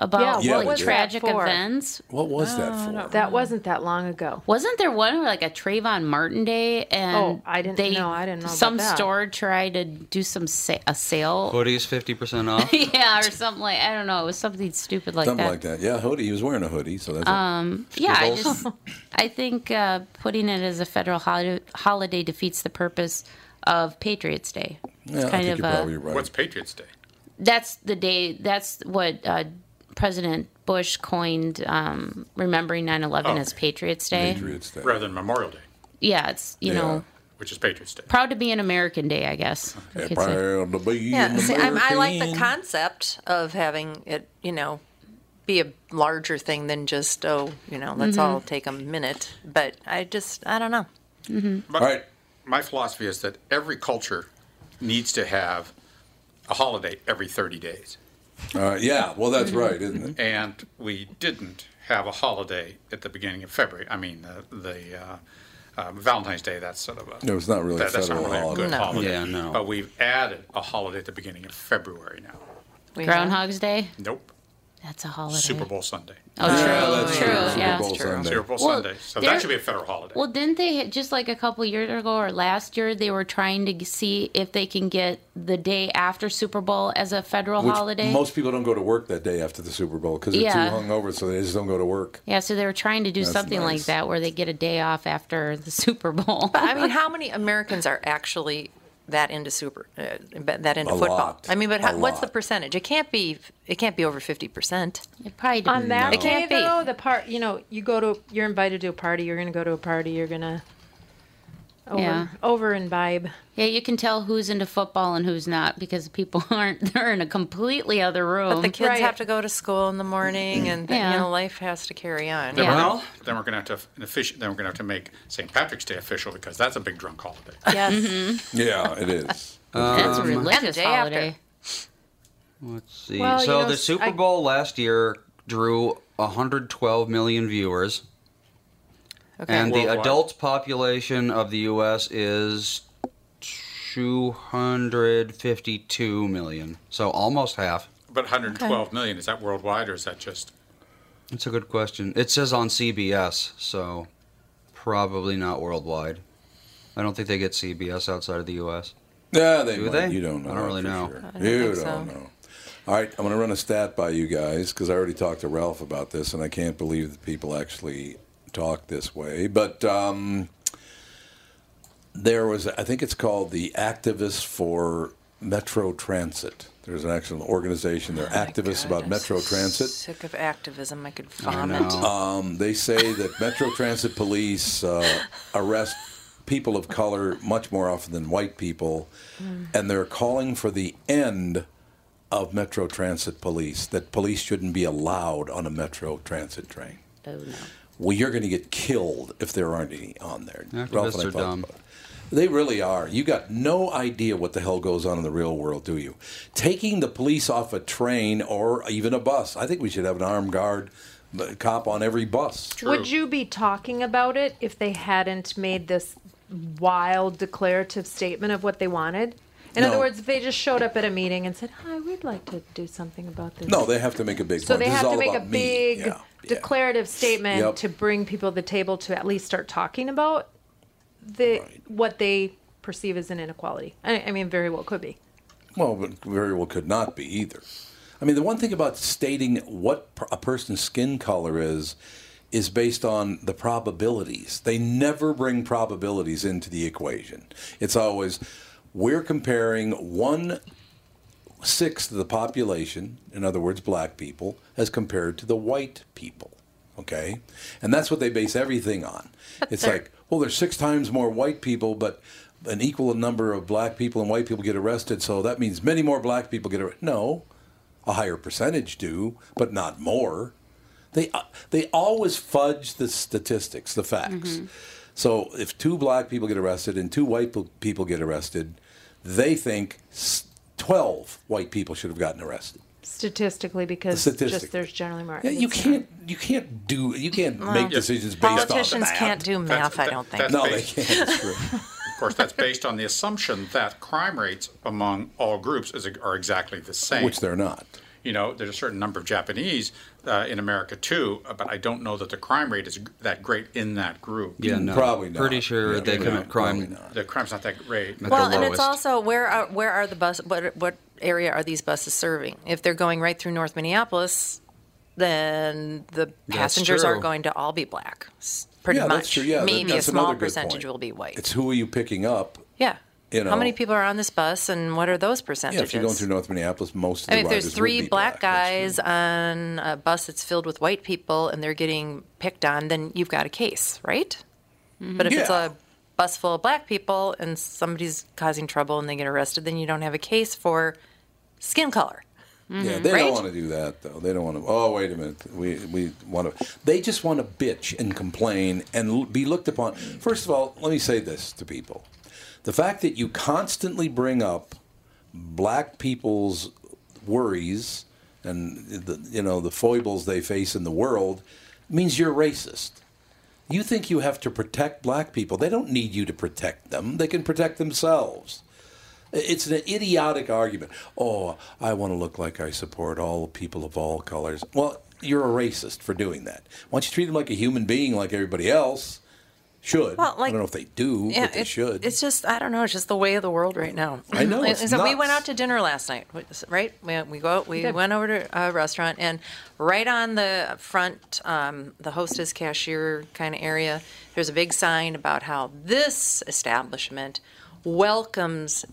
Speaker 4: about
Speaker 1: Yeah,
Speaker 4: like,
Speaker 1: we did.
Speaker 4: tragic
Speaker 8: What was that for?
Speaker 4: events.
Speaker 1: What was that for?
Speaker 8: That wasn't that long ago.
Speaker 4: Wasn't there one where, like a Trayvon Martin day and
Speaker 8: Oh, I didn't
Speaker 4: they,
Speaker 8: know. I didn't know about
Speaker 4: Some
Speaker 8: that.
Speaker 4: store tried to do some sa- a sale.
Speaker 3: Hoodies fifty percent off.
Speaker 4: yeah, or something like I don't know. It was something stupid like
Speaker 1: Something
Speaker 4: that.
Speaker 1: like that. Yeah, hoodie. He was wearing a hoodie, so that's
Speaker 4: Um,
Speaker 1: it.
Speaker 4: yeah, I just I think uh, putting it as a federal holiday, holiday defeats the purpose of Patriots Day. It's
Speaker 1: Yeah, I
Speaker 4: kind
Speaker 1: think
Speaker 4: of
Speaker 1: you're
Speaker 4: a-
Speaker 1: probably right.
Speaker 2: What's Patriots Day?
Speaker 4: that's the day. That's what uh, President Bush coined um, remembering 9/11
Speaker 2: Oh.
Speaker 4: as Patriots Day.
Speaker 2: Rather than Memorial Day,
Speaker 4: Yeah, it's you
Speaker 2: Yeah.
Speaker 4: know
Speaker 2: which is Patriots Day.
Speaker 4: proud to be an American Day, I guess. you could say.
Speaker 1: Proud to be
Speaker 6: Yeah,
Speaker 1: an
Speaker 6: see, I'm, I like the
Speaker 1: American.
Speaker 6: concept of having it, you know, be a larger thing than just oh, you know, let's
Speaker 2: Mhm.
Speaker 6: all take a minute. But I just, I don't know.
Speaker 2: But My philosophy is that every culture needs to have a holiday every 30 days.
Speaker 1: Uh, yeah, well, that's right, isn't it?
Speaker 2: And we didn't have a holiday at the beginning of February. I mean, the, the uh, um, Valentine's Day, that's sort of a.
Speaker 1: No, it's not really a
Speaker 2: that- that's not
Speaker 1: federal
Speaker 2: really a good holiday.
Speaker 1: holiday. No. Yeah, no.
Speaker 2: But we've added a holiday at the beginning of February now.
Speaker 4: Groundhog's Day.
Speaker 2: Nope.
Speaker 4: That's a holiday.
Speaker 2: Super Bowl Sunday.
Speaker 4: Oh, Yeah, true,
Speaker 1: Ah,
Speaker 4: that's true, true. Super yeah. Bowl
Speaker 2: Super Bowl
Speaker 4: Sunday.
Speaker 2: Sunday.
Speaker 4: Well,
Speaker 2: So
Speaker 4: there-
Speaker 2: that should be a federal holiday.
Speaker 4: Well, didn't they hit- just like a couple years ago or last year they were trying to see if they can get the day after Super Bowl as a federal
Speaker 1: Which
Speaker 4: holiday?
Speaker 1: Most people don't go to work that day after the Super Bowl because they're
Speaker 4: Yeah.
Speaker 1: too hungover, so they just don't go to work.
Speaker 4: yeah, so they were trying to do
Speaker 1: That's
Speaker 4: something like
Speaker 1: nice.
Speaker 4: that where they get a day off after the Super Bowl.
Speaker 6: But I mean, how many Americans are actually that into super uh, that into
Speaker 4: A
Speaker 6: football?
Speaker 4: lot.
Speaker 6: I mean, but
Speaker 4: A
Speaker 6: how, what's
Speaker 4: lot.
Speaker 6: the percentage? It can't be. It can't be over fifty percent.
Speaker 4: It probably
Speaker 8: On that
Speaker 6: It
Speaker 8: day
Speaker 6: can't be.
Speaker 8: though, the part you know, you go to, you're invited to a party. You're gonna go to a party. You're gonna. Over,
Speaker 4: Yeah.
Speaker 8: over imbibe.
Speaker 4: Yeah, you can tell who's into football and who's not because people aren't. They're in a completely other room.
Speaker 6: But the kids have to go to school in the morning, and the,
Speaker 4: Yeah.
Speaker 6: you know, life has to carry on.
Speaker 2: Then we're gonna- then we're going to have to an offici- Then we're going to have to make St. Patrick's Day official because that's a big drunk holiday.
Speaker 6: Yes.
Speaker 1: Yeah, it is.
Speaker 4: That's a
Speaker 3: Um,
Speaker 4: Mm-hmm. religious
Speaker 6: day after.
Speaker 4: holiday.
Speaker 3: Let's see.
Speaker 4: Well, you
Speaker 3: so
Speaker 4: know,
Speaker 3: the
Speaker 4: s-
Speaker 3: Super
Speaker 4: I-
Speaker 3: Bowl last year drew 112 million viewers.
Speaker 6: Okay.
Speaker 3: And the
Speaker 6: Worldwide.
Speaker 3: adult population of the U.S. is 252 million. So almost half.
Speaker 2: But 112 million is that worldwide or is that just?
Speaker 3: That's a good question. It says on CBS, so probably not worldwide. I don't think they get CBS outside of the U.S.
Speaker 1: Yeah, they
Speaker 3: Do
Speaker 1: might.
Speaker 3: they?
Speaker 1: You don't know.
Speaker 3: I don't really
Speaker 1: for
Speaker 3: know.
Speaker 1: sure.
Speaker 3: I don't
Speaker 1: you
Speaker 3: think
Speaker 1: don't
Speaker 3: so.
Speaker 1: know. All right, I'm going to run a stat by you guys because I already talked to Ralph about this, and I can't believe that people actually talk this way. But um, there was, I think it's called the Activists for Metro Transit. There's an actual organization.
Speaker 3: Oh
Speaker 1: They're activists about Metro Transit.
Speaker 6: Sick of activism, I could vomit.
Speaker 1: Um, they say that Metro Transit police uh, arrest people of color much more often than white people,
Speaker 6: Mm.
Speaker 1: and they're calling for the end of Metro Transit police. That police shouldn't be allowed on a Metro Transit train.
Speaker 4: Oh no.
Speaker 1: Well, you're going to get killed if there aren't any on there.
Speaker 3: Activists
Speaker 1: Ralph and I
Speaker 3: are
Speaker 1: talked
Speaker 3: dumb.
Speaker 1: about it. They really are. You got no idea what the hell goes on in the real world, do you? Taking the police off a train or even a bus. I think we should have an armed guard uh, cop on every bus.
Speaker 8: Would you be talking about it if they hadn't made this wild declarative statement of what they wanted? In other
Speaker 1: No.
Speaker 8: words, if they just showed up at a meeting and said, "Hi, we'd like to do something about this."
Speaker 1: No, they have to make a big
Speaker 8: so
Speaker 1: point.
Speaker 8: they
Speaker 1: this is
Speaker 8: have
Speaker 1: all
Speaker 8: to make a
Speaker 1: about me.
Speaker 8: big
Speaker 1: Yeah.
Speaker 8: declarative statement
Speaker 1: Yep.
Speaker 8: to bring people to the table to at least start talking about the what they perceive as an inequality. I, I mean, very well could be.
Speaker 1: Well, but very well could not be either. I mean, the one thing about stating what per- a person's skin color is is based on the probabilities. They never bring probabilities into the equation. It's always we're comparing one sixth of the population, in other words, black people, as compared to the white people. Okay, and that's what they base everything on. it's
Speaker 10: they're-
Speaker 1: like, well, there's six times more white people, but an equal number of black people and white people get arrested, so that means many more black people get arrested. No, a higher percentage do, but not more. They uh, they always fudge the statistics, the facts. So if two black people get arrested and two white pe- people get arrested, they think s- twelve white people should have gotten arrested.
Speaker 8: Statistically, because
Speaker 1: Statistically.
Speaker 8: just there's generally more.
Speaker 1: Yeah, you can't you can't do you can't
Speaker 8: Well,
Speaker 1: make decisions based on
Speaker 6: politicians
Speaker 1: that.
Speaker 6: can't do math, I don't think.
Speaker 1: No, they can't. It's true.
Speaker 2: of course, that's based on the assumption that crime rates among all groups is, are exactly the same.
Speaker 1: Which they're not.
Speaker 2: You know, there's a certain number of Japanese uh, in America too, uh, but I don't know that the crime rate is g- that great in that group.
Speaker 3: Yeah,
Speaker 1: Mm,
Speaker 3: no. Probably not. Pretty sure Yeah, they probably commit not. crime- Probably
Speaker 2: The crime's not that great.
Speaker 6: well, and it's also where are, where are the bus? What what area are these buses serving? If they're going right through North Minneapolis, then the
Speaker 1: That's
Speaker 6: passengers are
Speaker 1: true.
Speaker 6: going to all be black, s- pretty
Speaker 1: Yeah,
Speaker 6: much.
Speaker 1: that's true. Yeah, that-
Speaker 6: Maybe
Speaker 1: that's
Speaker 6: a small
Speaker 1: another good
Speaker 6: percentage
Speaker 1: point.
Speaker 6: will be white.
Speaker 1: It's who are you picking up?
Speaker 6: yeah.
Speaker 1: You know,
Speaker 6: How many people are on this bus, and what are those
Speaker 1: Yeah,
Speaker 6: percentages?
Speaker 1: if you're going through North Minneapolis, most of the
Speaker 6: I mean, if
Speaker 1: riders
Speaker 6: there's
Speaker 1: would
Speaker 6: three
Speaker 1: be
Speaker 6: black, guys on a bus that's filled with white people and they're getting picked on, then you've got a case, right? But if it's
Speaker 1: Yeah.
Speaker 6: a bus full of black people and somebody's causing trouble and they get arrested, then you don't have a case for skin color.
Speaker 1: Yeah, they
Speaker 6: mm-hmm. right?
Speaker 1: don't want to do that though. They don't want to. Oh, wait a minute. We we want to. They just want to bitch and complain and l- be looked upon. First of all, let me say this to people: the fact that you constantly bring up black people's worries and the, you know the foibles they face in the world means you're racist. You think you have to protect black people. They don't need you to protect them. They can protect themselves. It's an idiotic argument. Oh, I want to look like I support all people of all colors. Well, you're a racist for doing that. Why don't you treat them like a human being, like everybody else should?
Speaker 6: Well, like-
Speaker 1: I don't know if they do, but they
Speaker 6: it-
Speaker 1: should.
Speaker 6: It's just I don't know. It's just the way of the world right now.
Speaker 1: I know,
Speaker 6: And
Speaker 1: it's
Speaker 6: so we
Speaker 1: nuts.
Speaker 6: went out to dinner last night, right? We, we go. We
Speaker 8: did.
Speaker 6: went over to a restaurant, and right on the front, um, the hostess cashier kind of area, there's a big sign about how this establishment welcomes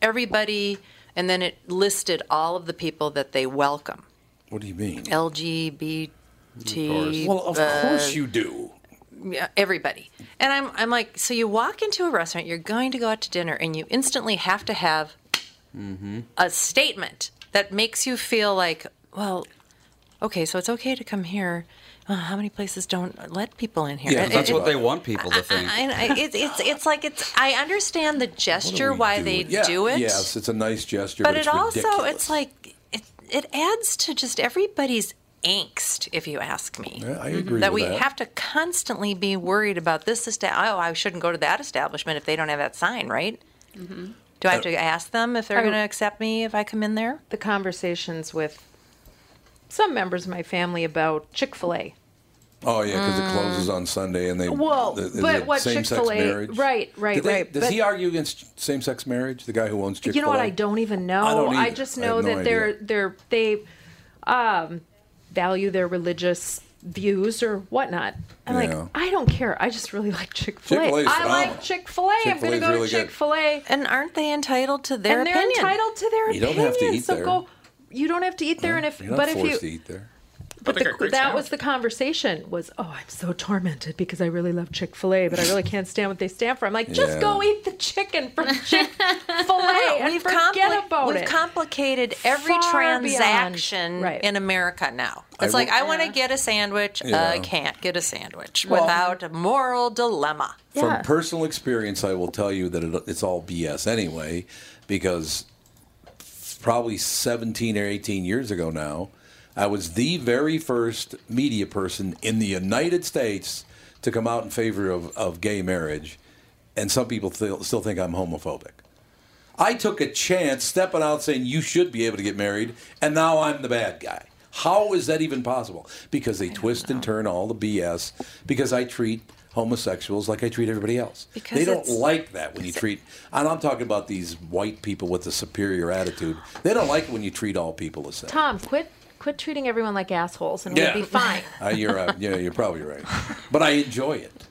Speaker 6: everybody, and then it listed all of the people that they welcome.
Speaker 1: What do you mean?
Speaker 6: LGBT.
Speaker 1: Well, of
Speaker 6: uh,
Speaker 1: course you do.
Speaker 6: yeah, everybody. And I'm, I'm like, so you walk into a restaurant, you're going to go out to dinner, and you instantly have to have
Speaker 10: Mm-hmm.
Speaker 6: a statement that makes you feel like, well, okay, so it's okay to come here. Uh, how many places don't let people in here?
Speaker 3: Yeah,
Speaker 6: It-
Speaker 3: that's
Speaker 6: it-
Speaker 3: what
Speaker 6: it-
Speaker 3: they want people to think.
Speaker 6: I, I, it's, it's, it's like it's. I understand the gesture
Speaker 1: we
Speaker 6: why they
Speaker 1: Yeah,
Speaker 6: do it,
Speaker 1: Yes, it's a nice gesture,
Speaker 6: but
Speaker 1: but,
Speaker 6: it
Speaker 1: it's
Speaker 6: also
Speaker 1: ridiculous.
Speaker 6: it's like it, it adds to just everybody's angst, if you ask me. Mm-hmm.
Speaker 1: Yeah, I agree
Speaker 6: that
Speaker 1: with
Speaker 6: we
Speaker 1: that.
Speaker 6: have to constantly be worried about this esta- oh i shouldn't go to that establishment if they don't have that sign right do i
Speaker 1: Uh,
Speaker 6: have to ask them if they're
Speaker 8: I-
Speaker 6: going to accept me if i come in there
Speaker 8: Oh. the conversations with some members of my family about Chick Fil A.
Speaker 1: Oh yeah, because it closes on Sunday and they.
Speaker 8: Mm. Well,
Speaker 1: the- the
Speaker 8: but what
Speaker 1: same-sex
Speaker 8: Chick-fil-A
Speaker 1: marriage.
Speaker 8: right, right,
Speaker 1: Did they-
Speaker 8: right,
Speaker 1: Does
Speaker 8: but-
Speaker 1: he argue against same-sex marriage? The guy who owns Chick-fil-A.
Speaker 8: You know what? I don't even know.
Speaker 1: I
Speaker 8: I,
Speaker 1: don't either.
Speaker 8: just
Speaker 1: I have
Speaker 8: know
Speaker 1: no
Speaker 8: that
Speaker 1: idea.
Speaker 8: they're they're they um, value their religious views or whatnot. I'm
Speaker 1: Yeah.
Speaker 8: like, I don't care. I just really like Chick Fil A.
Speaker 6: Chick-fil-A's
Speaker 8: I like
Speaker 6: phenomenal.
Speaker 8: Chick Fil A. I'm going to
Speaker 6: Chick-fil-A's
Speaker 8: go
Speaker 6: really
Speaker 8: to
Speaker 6: good.
Speaker 8: Chick Fil A.
Speaker 6: And aren't they entitled to their
Speaker 8: and they're
Speaker 6: opinion?
Speaker 8: entitled to their
Speaker 1: You don't
Speaker 8: opinion.
Speaker 1: have to eat
Speaker 8: so
Speaker 1: there.
Speaker 8: go. You don't have to eat there, and if
Speaker 1: You're not
Speaker 8: but if
Speaker 1: forced
Speaker 8: you
Speaker 1: to eat there.
Speaker 2: they
Speaker 8: but
Speaker 2: got
Speaker 8: the,
Speaker 2: great
Speaker 8: that was the conversation was oh I'm so tormented because I really love Chick Fil A but I really can't stand what they stand for I'm like just
Speaker 6: Yeah.
Speaker 8: go eat the chicken from Chick Fil A and
Speaker 6: We've
Speaker 8: forget
Speaker 6: compli-
Speaker 8: about
Speaker 6: we've
Speaker 8: it.
Speaker 6: complicated every
Speaker 8: Far beyond.
Speaker 6: transaction in America now.
Speaker 8: I
Speaker 6: It's like
Speaker 8: will-
Speaker 6: I want to get a sandwich. I
Speaker 1: Yeah.
Speaker 6: can't get a sandwich
Speaker 1: Well-
Speaker 6: without a moral dilemma.
Speaker 1: From personal experience, I will tell you that it, it's all BS anyway, because probably 17 or 18 years ago now, I was the very first media person in the United States to come out in favor of, of gay marriage, and some people th- still think I'm homophobic. I took a chance stepping out saying you should be able to get married, and now I'm the bad guy. How is that even possible? Because they twist and turn all the BS because I treat homosexuals like I treat everybody else.
Speaker 6: Because
Speaker 1: they don't
Speaker 6: it's-
Speaker 1: like that when you treat, and I'm talking about these white people with a superior attitude. They don't like it when you treat all people the same.
Speaker 8: Tom, quit quit treating everyone like assholes, and
Speaker 1: Yeah.
Speaker 8: we'll be fine.
Speaker 1: Uh, you're, uh, yeah, you're probably right. But I enjoy it.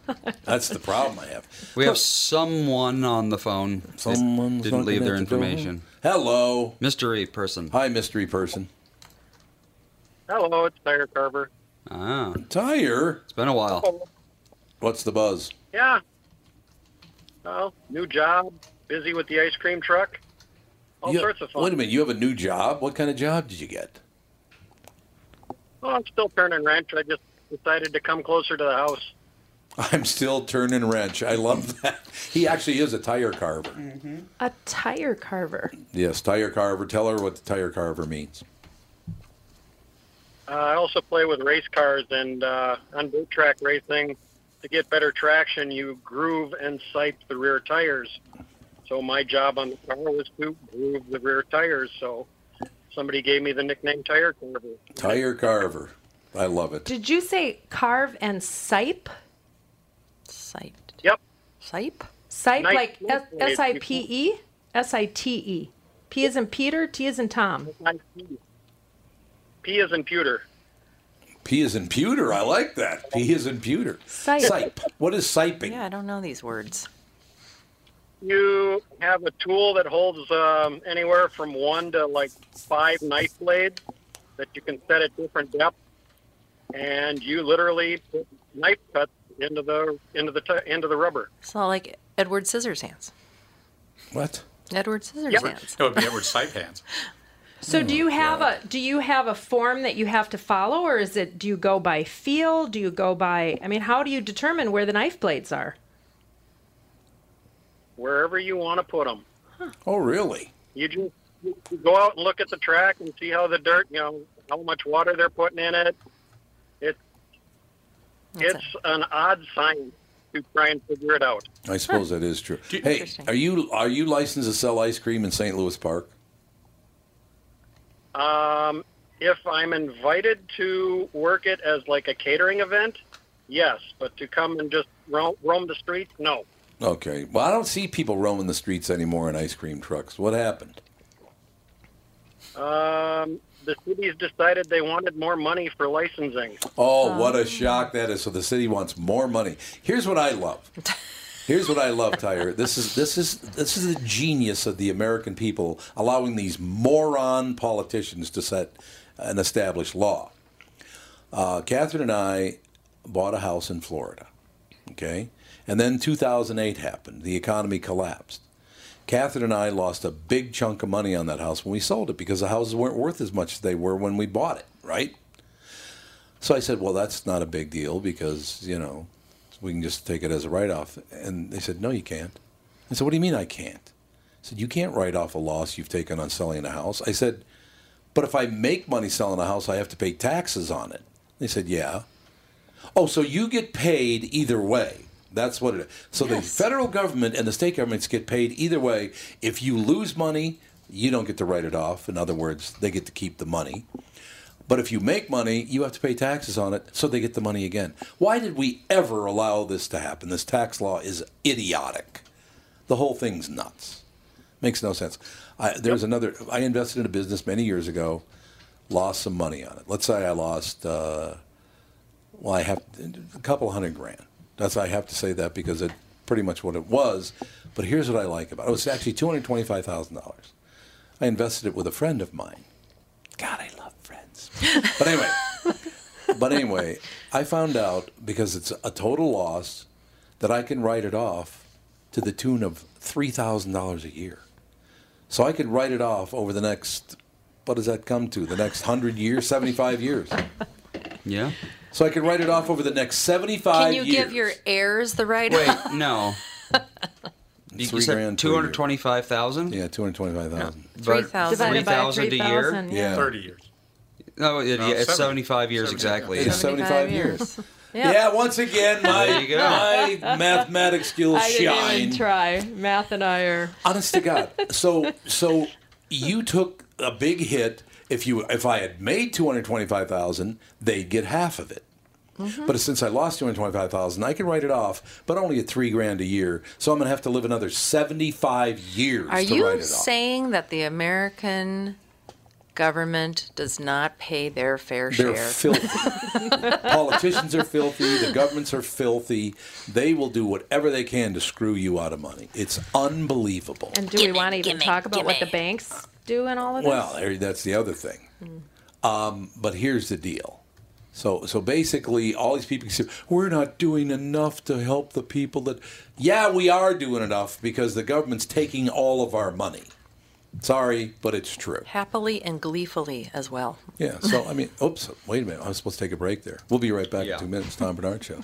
Speaker 1: That's the problem I have.
Speaker 3: We have someone on the phone. They
Speaker 1: Someone's
Speaker 3: didn't
Speaker 1: knocking
Speaker 3: leave their
Speaker 1: at the door.
Speaker 3: information.
Speaker 1: Hello,
Speaker 3: mystery person.
Speaker 1: Hi, mystery person.
Speaker 11: Hello, it's Tire Carver.
Speaker 3: Ah,
Speaker 1: tire.
Speaker 3: It's been a while.
Speaker 1: What's the buzz?
Speaker 11: Yeah. Well, new job, busy with the ice cream truck. All
Speaker 1: You-
Speaker 11: sorts of fun.
Speaker 1: Wait a minute, you have a new job. What kind of job did you get?
Speaker 11: Well, Oh, I'm still turning wrench. I just decided to come closer to the house.
Speaker 1: I'm still turning wrench. I love that. He actually is a tire carver.
Speaker 8: A tire carver.
Speaker 1: Yes, tire carver. Tell her what the tire carver means.
Speaker 11: Uh, I also play with race cars and uh, on dirt track racing. To get better traction, you groove and sight the rear tires. So my job on the car was to groove the rear tires. So somebody gave me the nickname Tire Carver.
Speaker 1: Tire Carver. I love it.
Speaker 8: Did you say carve and sipe?
Speaker 6: Sipe.
Speaker 11: Yep.
Speaker 6: Sipe?
Speaker 8: Sipe,
Speaker 11: Nice
Speaker 8: like
Speaker 11: work, ladies.
Speaker 8: S I P E? S I T E. P is in Peter, T is in Tom. E.
Speaker 11: P is in pewter.
Speaker 1: P is in pewter. I like that. P is in pewter.
Speaker 11: Sipe.
Speaker 1: Sipe. What is siping?
Speaker 6: Yeah, I don't know these words.
Speaker 11: You have a tool that holds um, anywhere from one to like five knife blades that you can set at different depths, and you literally put knife cuts into the into the t- into the rubber.
Speaker 6: So like Edward Scissorhands.
Speaker 1: What?
Speaker 6: Edward Scissorhands.
Speaker 2: It would be Edward Sipe hands.
Speaker 8: So do
Speaker 1: Oh,
Speaker 8: you have a do you have a form that you have to follow or is it do you go by feel? Do you go by I mean, how do you determine where the knife blades are?
Speaker 11: wherever you want to put them.
Speaker 1: Oh, really?
Speaker 11: You just you go out and look at the track and see how the dirt, you know, how much water they're putting in it. It's it's an odd science to try and figure it out.
Speaker 1: I suppose that is true. Hey, are you are you licensed to sell ice cream in St. Louis Park?
Speaker 11: Um, if I'm invited to work it as like a catering event, yes, but to come and just roam, roam the streets, no.
Speaker 1: Okay. Well, I don't see people roaming the streets anymore in ice cream trucks. What happened?
Speaker 11: Um, the cities decided they wanted more money for licensing.
Speaker 1: Oh, what a shock that is! So the city wants more money. Here's what I love. Here's what I love, Tyre. This is this is this is the genius of the American people allowing these moron politicians to set and establish law. Uh, Catherine and I bought a house in Florida, okay, and then 2008 happened. The economy collapsed. Catherine and I lost a big chunk of money on that house when we sold it because the houses weren't worth as much as they were when we bought it, right? So I said, well, that's not a big deal because, you know, we can just take it as a write off. And they said, no, you can't. I said, what do you mean I can't? I said, you can't write off a loss you've taken on selling a house. I said, but if I make money selling a house, I have to pay taxes on it. They said, yeah. Oh, so you get paid either way. That's what it is. So the federal government and the state governments get paid either way. If you lose money, you don't get to write it off. In other words, they get to keep the money. But if you make money, you have to pay taxes on it, so they get the money again. Why did we ever allow this to happen? This tax law is idiotic. The whole thing's nuts. Makes no sense. I, there's another. I invested in a business many years ago, lost some money on it. Let's say I lost. Uh, well, I have a couple hundred grand. That's I have to say that because it pretty much what it was. But here's what I like about it. It was actually two hundred twenty-five thousand dollars. I invested it with a friend of mine. God, I love friends. But anyway, but anyway, I found out because it's a total loss that I can write it off to the tune of three thousand dollars a year. So I could write it off over the next. What does that come to? The next hundred years, seventy-five years.
Speaker 3: Yeah.
Speaker 1: So I could write it off over the next
Speaker 6: Can
Speaker 1: seventy-five.
Speaker 6: you
Speaker 1: years.
Speaker 6: give your heirs the right
Speaker 3: Wait, no. You
Speaker 1: Three
Speaker 3: said
Speaker 1: grand per
Speaker 3: two
Speaker 1: year.
Speaker 3: hundred twenty-five thousand.
Speaker 1: Yeah, two hundred twenty-five thousand.
Speaker 3: Three
Speaker 6: 3,000.
Speaker 3: Three
Speaker 6: Divided by
Speaker 3: thousand a year.
Speaker 6: 3,000, yeah. Yeah.
Speaker 2: 30 years.
Speaker 3: No, it,
Speaker 2: No,
Speaker 3: yeah, it's
Speaker 2: 70.
Speaker 3: seventy-five years exactly.
Speaker 1: It's 75 75 years.
Speaker 8: Yeah.
Speaker 1: Yeah. once again, my
Speaker 3: There you go.
Speaker 1: my mathematics skills
Speaker 8: I
Speaker 1: shine.
Speaker 8: didn't even try. Math and I are
Speaker 1: Honest to God. So so you took a big hit. If you if I had made two hundred twenty five thousand, they'd get half of it. But since I lost two hundred twenty five thousand, I can write it off, but only at three grand a year. So I'm gonna have to live another seventy five years
Speaker 6: Are
Speaker 1: to write
Speaker 6: you
Speaker 1: it
Speaker 6: saying that the American government does not pay their fair
Speaker 1: off.
Speaker 6: share?
Speaker 1: They're filthy. Politicians are filthy. The governments are filthy. They will do whatever they can to screw you out of money. It's unbelievable.
Speaker 8: and do we want to even talk about what the banks do and all of this?
Speaker 1: Well, there- that's the other thing. Um, but here's the deal. So, so basically, all these people say we're not doing enough to help the people. That yeah, we are doing enough because the government's taking all of our money. Sorry, but it's true.
Speaker 6: Happily and gleefully as well.
Speaker 1: Yeah. So I mean, oops. Wait a minute. I'm supposed to take a break there. We'll be right back in two minutes. Tom Bernard Show.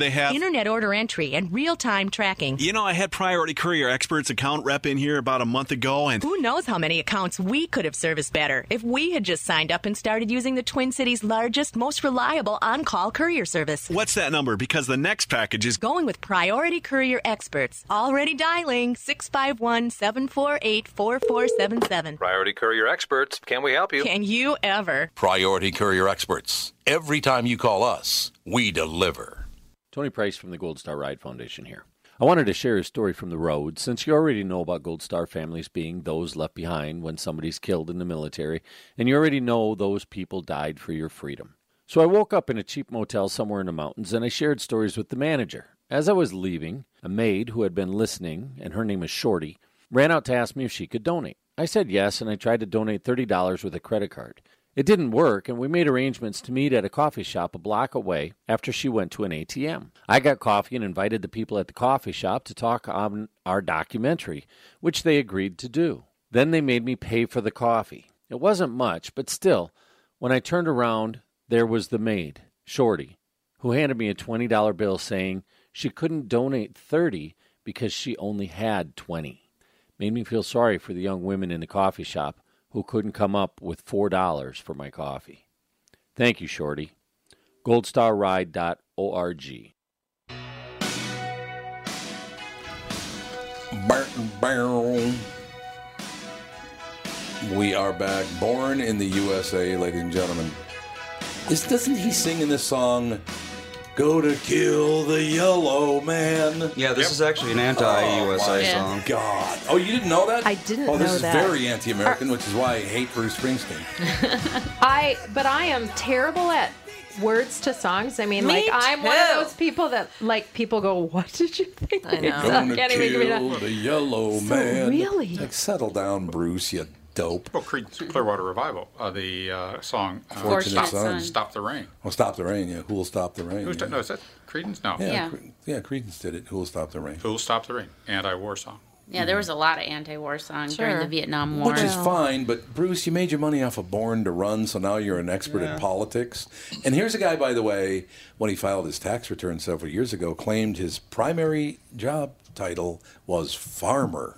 Speaker 12: they have.
Speaker 10: Internet order entry and real time tracking.
Speaker 12: You know, I had Priority Courier Experts account rep in here about a month ago, and
Speaker 10: Who knows how many accounts we could have serviced better if we had just signed up and started using the Twin Cities' largest, most reliable on call courier service.
Speaker 12: what's that number? Because the next package is
Speaker 10: Going with Priority Courier Experts. Already dialing 651 748 4477.
Speaker 13: Priority Courier Experts. Can we help you?
Speaker 10: Can you ever?
Speaker 14: Priority Courier Experts. Every time you call us, we deliver.
Speaker 15: Tony Price from the Gold Star Ride Foundation here. I wanted to share a story from the road since you already know about Gold Star families being those left behind when somebody's killed in the military, and you already know those people died for your freedom. So I woke up in a cheap motel somewhere in the mountains and I shared stories with the manager. As I was leaving, a maid who had been listening, and her name is Shorty, ran out to ask me if she could donate. I said yes, and I tried to donate $30 with a credit card. It didn't work, and we made arrangements to meet at a coffee shop a block away after she went to an ATM. I got coffee and invited the people at the coffee shop to talk on our documentary, which they agreed to do. Then they made me pay for the coffee. It wasn't much, but still, when I turned around, there was the maid, Shorty, who handed me a $20 bill saying she couldn't donate 30 because she only had 20 made me feel sorry for the young women in the coffee shop who couldn't come up with $4 for my coffee. Thank you, Shorty. goldstarride.org.
Speaker 1: We are back. Born in the USA, ladies and gentlemen. This doesn't he sing in this song? Go to kill the yellow man.
Speaker 3: Yeah, this is actually an anti-USA
Speaker 1: my
Speaker 3: song.
Speaker 1: God. Oh, you didn't know that?
Speaker 8: I didn't
Speaker 1: Oh, this
Speaker 8: know
Speaker 1: is
Speaker 8: that.
Speaker 1: very anti-American, which is why I hate Bruce Springsteen.
Speaker 8: I but I am terrible at words to songs. I mean,
Speaker 6: Me
Speaker 8: like I'm one of
Speaker 6: too.
Speaker 8: those people that like people go, "What did you think?" I
Speaker 1: Gonna
Speaker 8: Can't even give me
Speaker 1: kill
Speaker 8: that.
Speaker 1: the yellow man.
Speaker 8: really?
Speaker 1: Like, settle down, Bruce. You dope.
Speaker 2: Well, Creedence Clearwater Revival, uh, the uh, song uh,
Speaker 1: Fortunate
Speaker 2: Stop,
Speaker 1: Son.
Speaker 2: Stop the Rain."
Speaker 1: Well, stop the rain. Yeah, who'll stop the rain?
Speaker 2: Who's
Speaker 1: yeah.
Speaker 2: that? No, is that Creedence? No.
Speaker 1: Yeah, Cre- yeah, Credence did it. Who'll stop the rain?
Speaker 2: Who'll stop the rain? Anti-war song.
Speaker 4: Yeah, there was a lot of anti-war songs during
Speaker 2: Sure.
Speaker 4: the Vietnam War.
Speaker 1: Mm. Which is fine, but Bruce, you made your money off of Born to Run, so now you're an expert
Speaker 4: Yeah.
Speaker 1: in politics. And here's a guy, by the way, when he filed his tax return several years ago, claimed his primary job title was farmer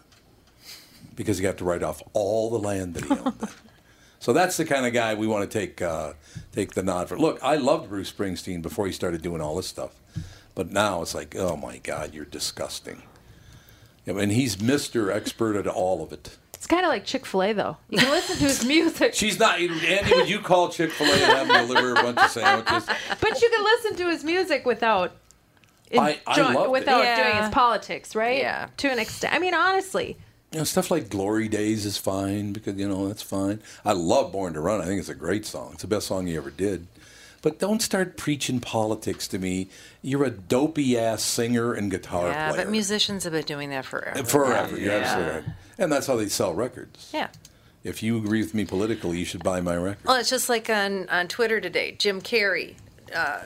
Speaker 1: because he got to write off all the land that he owned. so that's the kind of guy we want to take uh, take the nod for. Look, I loved Bruce Springsteen before he started doing all this stuff, but now it's like, oh my God, you're disgusting. Yeah, and he's Mister Expert at all of it.
Speaker 8: It's kind of like Chick Fil A, though. You can listen to his music,
Speaker 1: She's not. Andy, would you call Chick Fil A and have them deliver a bunch of sandwiches?
Speaker 8: but you can listen to his music without
Speaker 1: I, I
Speaker 8: enjoy-
Speaker 1: love
Speaker 8: without
Speaker 1: it.
Speaker 8: doing his politics, right? Yeah, to an extent. I mean, honestly,
Speaker 1: You know, stuff like Glory Days is fine because you know that's fine. I love Born to Run. I think it's a great song. It's the best song you ever did. But don't start preaching politics to me. You're a dopey ass singer and guitar
Speaker 6: yeah,
Speaker 1: player
Speaker 6: but musicians have been doing that forever.
Speaker 1: forever. You're
Speaker 6: Yeah.
Speaker 1: absolutely right. And that's how they sell records.
Speaker 6: Yeah.
Speaker 1: If you agree with me politically, you should buy my record.
Speaker 6: Well, it's just like on, on Twitter today, Jim Carrey. Uh,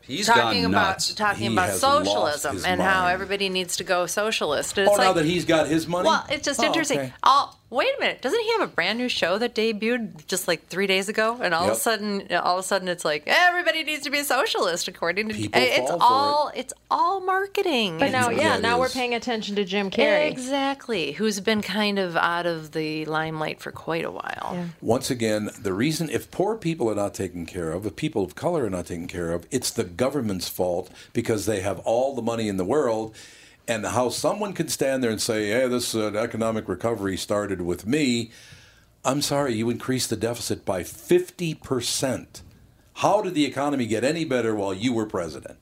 Speaker 1: He's
Speaker 6: talking
Speaker 1: gone
Speaker 6: about
Speaker 1: nuts.
Speaker 6: talking
Speaker 1: He
Speaker 6: about
Speaker 1: has lost
Speaker 6: socialism
Speaker 1: his
Speaker 6: and how
Speaker 1: mind.
Speaker 6: everybody needs to go socialist.
Speaker 1: Oh,
Speaker 6: It's
Speaker 1: now
Speaker 6: like-
Speaker 1: that he's got his money.
Speaker 6: Well, it's just
Speaker 1: Oh,
Speaker 6: interesting.
Speaker 1: okay.
Speaker 6: Oh, wait a minute! Doesn't he have a brand new show that debuted just like three days ago? And all of
Speaker 1: Yep.
Speaker 6: a sudden, all of a sudden, it's like everybody needs to be a socialist, according to.
Speaker 1: People
Speaker 6: it's
Speaker 1: fall for
Speaker 6: all it's all marketing.
Speaker 8: but now, yeah, now we're
Speaker 6: paying
Speaker 8: paying attention to Jim Carrey.
Speaker 6: Exactly, who's been kind of out of the limelight for quite a while.
Speaker 1: Once again, the reason if poor people are not taken care of, if people of color are not taken care of, it's the government's fault because they have all the money in the world. And how someone can stand there and say, "Hey, this uh, economic recovery started with me," I'm sorry, you increased the deficit by 50 percent. How did the economy get any better while you were president?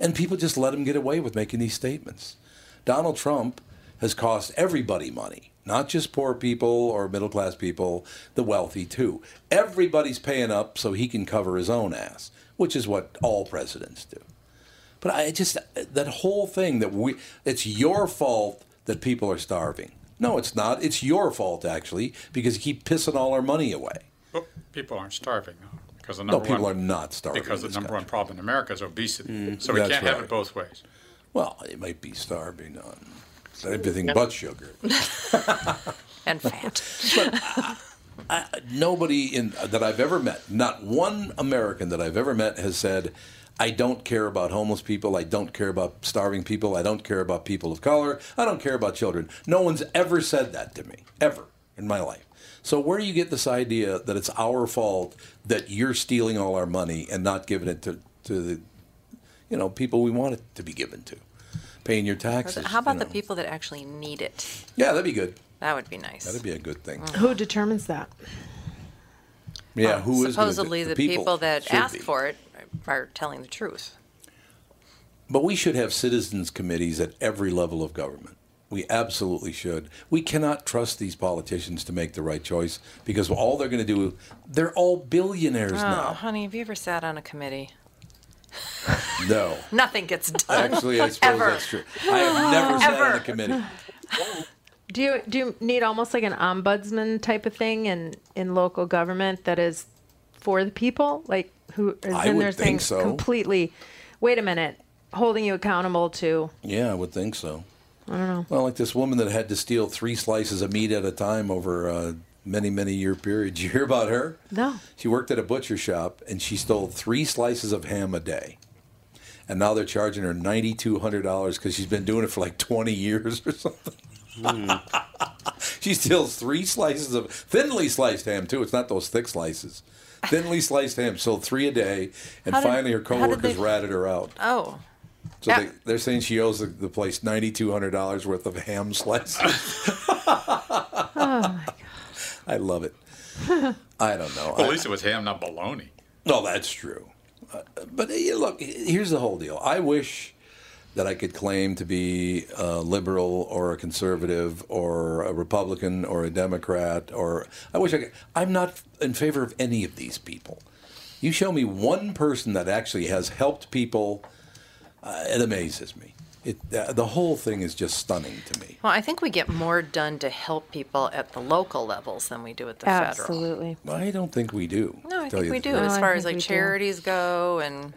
Speaker 1: And people just let him get away with making these statements. Donald Trump has cost everybody money, not just poor people or middle class people, the wealthy too. Everybody's paying up so he can cover his own ass, which is what all presidents do. But I just that whole thing that we it's your fault that people are starving. No, it's not. It's your fault actually because you keep pissing all our money away.
Speaker 2: Well, people aren't starving though, because the
Speaker 1: No,
Speaker 2: number
Speaker 1: people
Speaker 2: one,
Speaker 1: are not starving
Speaker 2: Because the
Speaker 1: in Mm.
Speaker 2: number one problem in America is obesity. so we
Speaker 1: that's
Speaker 2: can't have
Speaker 1: right.
Speaker 2: it both ways.
Speaker 1: Well, it might be starving on everything but sugar.
Speaker 6: and fat.
Speaker 1: uh, Nobody in that I've ever met, not one American that I've ever met, has said, "I don't care about homeless people. I don't care about starving people. I don't care about people of color. I don't care about children." No one's ever said that to me ever in my life. So where do you get this idea that it's our fault that you're stealing all our money and not giving it to, to the, you know, people we want it to be given to, paying your taxes?
Speaker 6: How about
Speaker 1: you
Speaker 6: the
Speaker 1: know?
Speaker 6: people that actually need it?
Speaker 1: Yeah, that'd be good.
Speaker 6: That would be nice. Mm.
Speaker 1: That'd be a good thing.
Speaker 8: Who determines that?
Speaker 1: Yeah, who is gonna do-
Speaker 6: Oh, Supposedly, the, people, that
Speaker 1: should
Speaker 6: ask
Speaker 1: be.
Speaker 6: for it are telling the truth.
Speaker 1: But we should have citizens committees at every level of government. We absolutely should. We cannot trust these politicians to make the right choice because all they're going to do, they're all billionaires
Speaker 6: oh,
Speaker 1: now.
Speaker 6: honey, have you ever sat on a committee?
Speaker 1: No.
Speaker 6: Nothing gets done.
Speaker 1: Actually, I suppose
Speaker 6: ever.
Speaker 1: that's true. I have never sat on a committee.
Speaker 8: Do you do you need almost like an ombudsman type of thing in in local government that is for the people, like who is
Speaker 1: I
Speaker 8: in
Speaker 1: would
Speaker 8: there
Speaker 1: think so.
Speaker 8: saying completely, wait a minute, holding you accountable to
Speaker 1: Yeah, I would think so.
Speaker 8: I don't know.
Speaker 1: Well, like this woman that had to steal three slices of meat at a time over a many, many year period. Did you hear about her?
Speaker 8: No.
Speaker 1: She worked at a butcher shop and she stole three slices of ham a day. And now they're charging her $9,200 because she's been doing it for like 20 years or something. she steals three slices of thinly sliced ham, too. It's not those thick slices. Thinly sliced ham, sold three a day. And
Speaker 6: How did-
Speaker 1: finally, her
Speaker 6: how did
Speaker 1: coworkers
Speaker 6: they-
Speaker 1: ratted her out.
Speaker 6: Oh,
Speaker 1: So
Speaker 6: Yeah.
Speaker 1: they, they're saying she owes the, the place $9,200 worth of ham slices.
Speaker 8: Oh,
Speaker 1: I love it. I don't
Speaker 2: Well,
Speaker 1: know. Oh, I-
Speaker 2: at least it was ham, not baloney.
Speaker 1: No, Oh, that's true. Uh, but uh, yeah, look, here's the whole deal. I wish that I could claim to be a liberal or a conservative or a Republican or a Democrat or I wish I could. I'm not in favor of any of these people. You show me one person that actually has helped people, uh, it amazes me. It, uh, the whole thing is just stunning to me.
Speaker 6: well, I think we get more done to help people at the local levels than we do at the federal.
Speaker 8: absolutely.
Speaker 1: I don't think we do.
Speaker 6: No, I
Speaker 1: to tell
Speaker 6: think
Speaker 1: you
Speaker 6: we
Speaker 1: the
Speaker 6: do.
Speaker 1: truth.
Speaker 6: as far as
Speaker 8: think
Speaker 6: like
Speaker 8: we do.
Speaker 6: charities go, and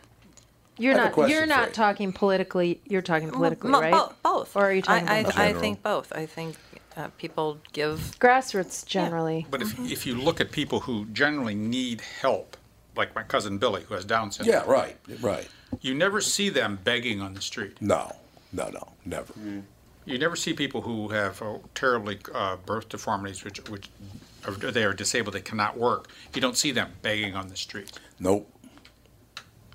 Speaker 8: You're
Speaker 1: I have a
Speaker 8: not
Speaker 1: question
Speaker 8: you're
Speaker 1: for
Speaker 8: not
Speaker 1: you.
Speaker 8: talking politically. You're talking politically,
Speaker 6: Mo-
Speaker 8: right?
Speaker 6: bo- both.
Speaker 8: Or are you talking
Speaker 6: I,
Speaker 8: about
Speaker 6: I, I
Speaker 8: general?
Speaker 6: think both. I think uh, people give.
Speaker 8: grassroots generally?
Speaker 2: But if, if you look at people who generally need help, like my cousin Billy, who has Down syndrome.
Speaker 1: Yeah, right, right.
Speaker 2: You never see them begging on the street.
Speaker 1: No, no, no, never.
Speaker 2: You never see people who have uh, terribly uh, birth deformities, which, which are, they are disabled, they cannot work. You don't see them begging on the street.
Speaker 1: Nope.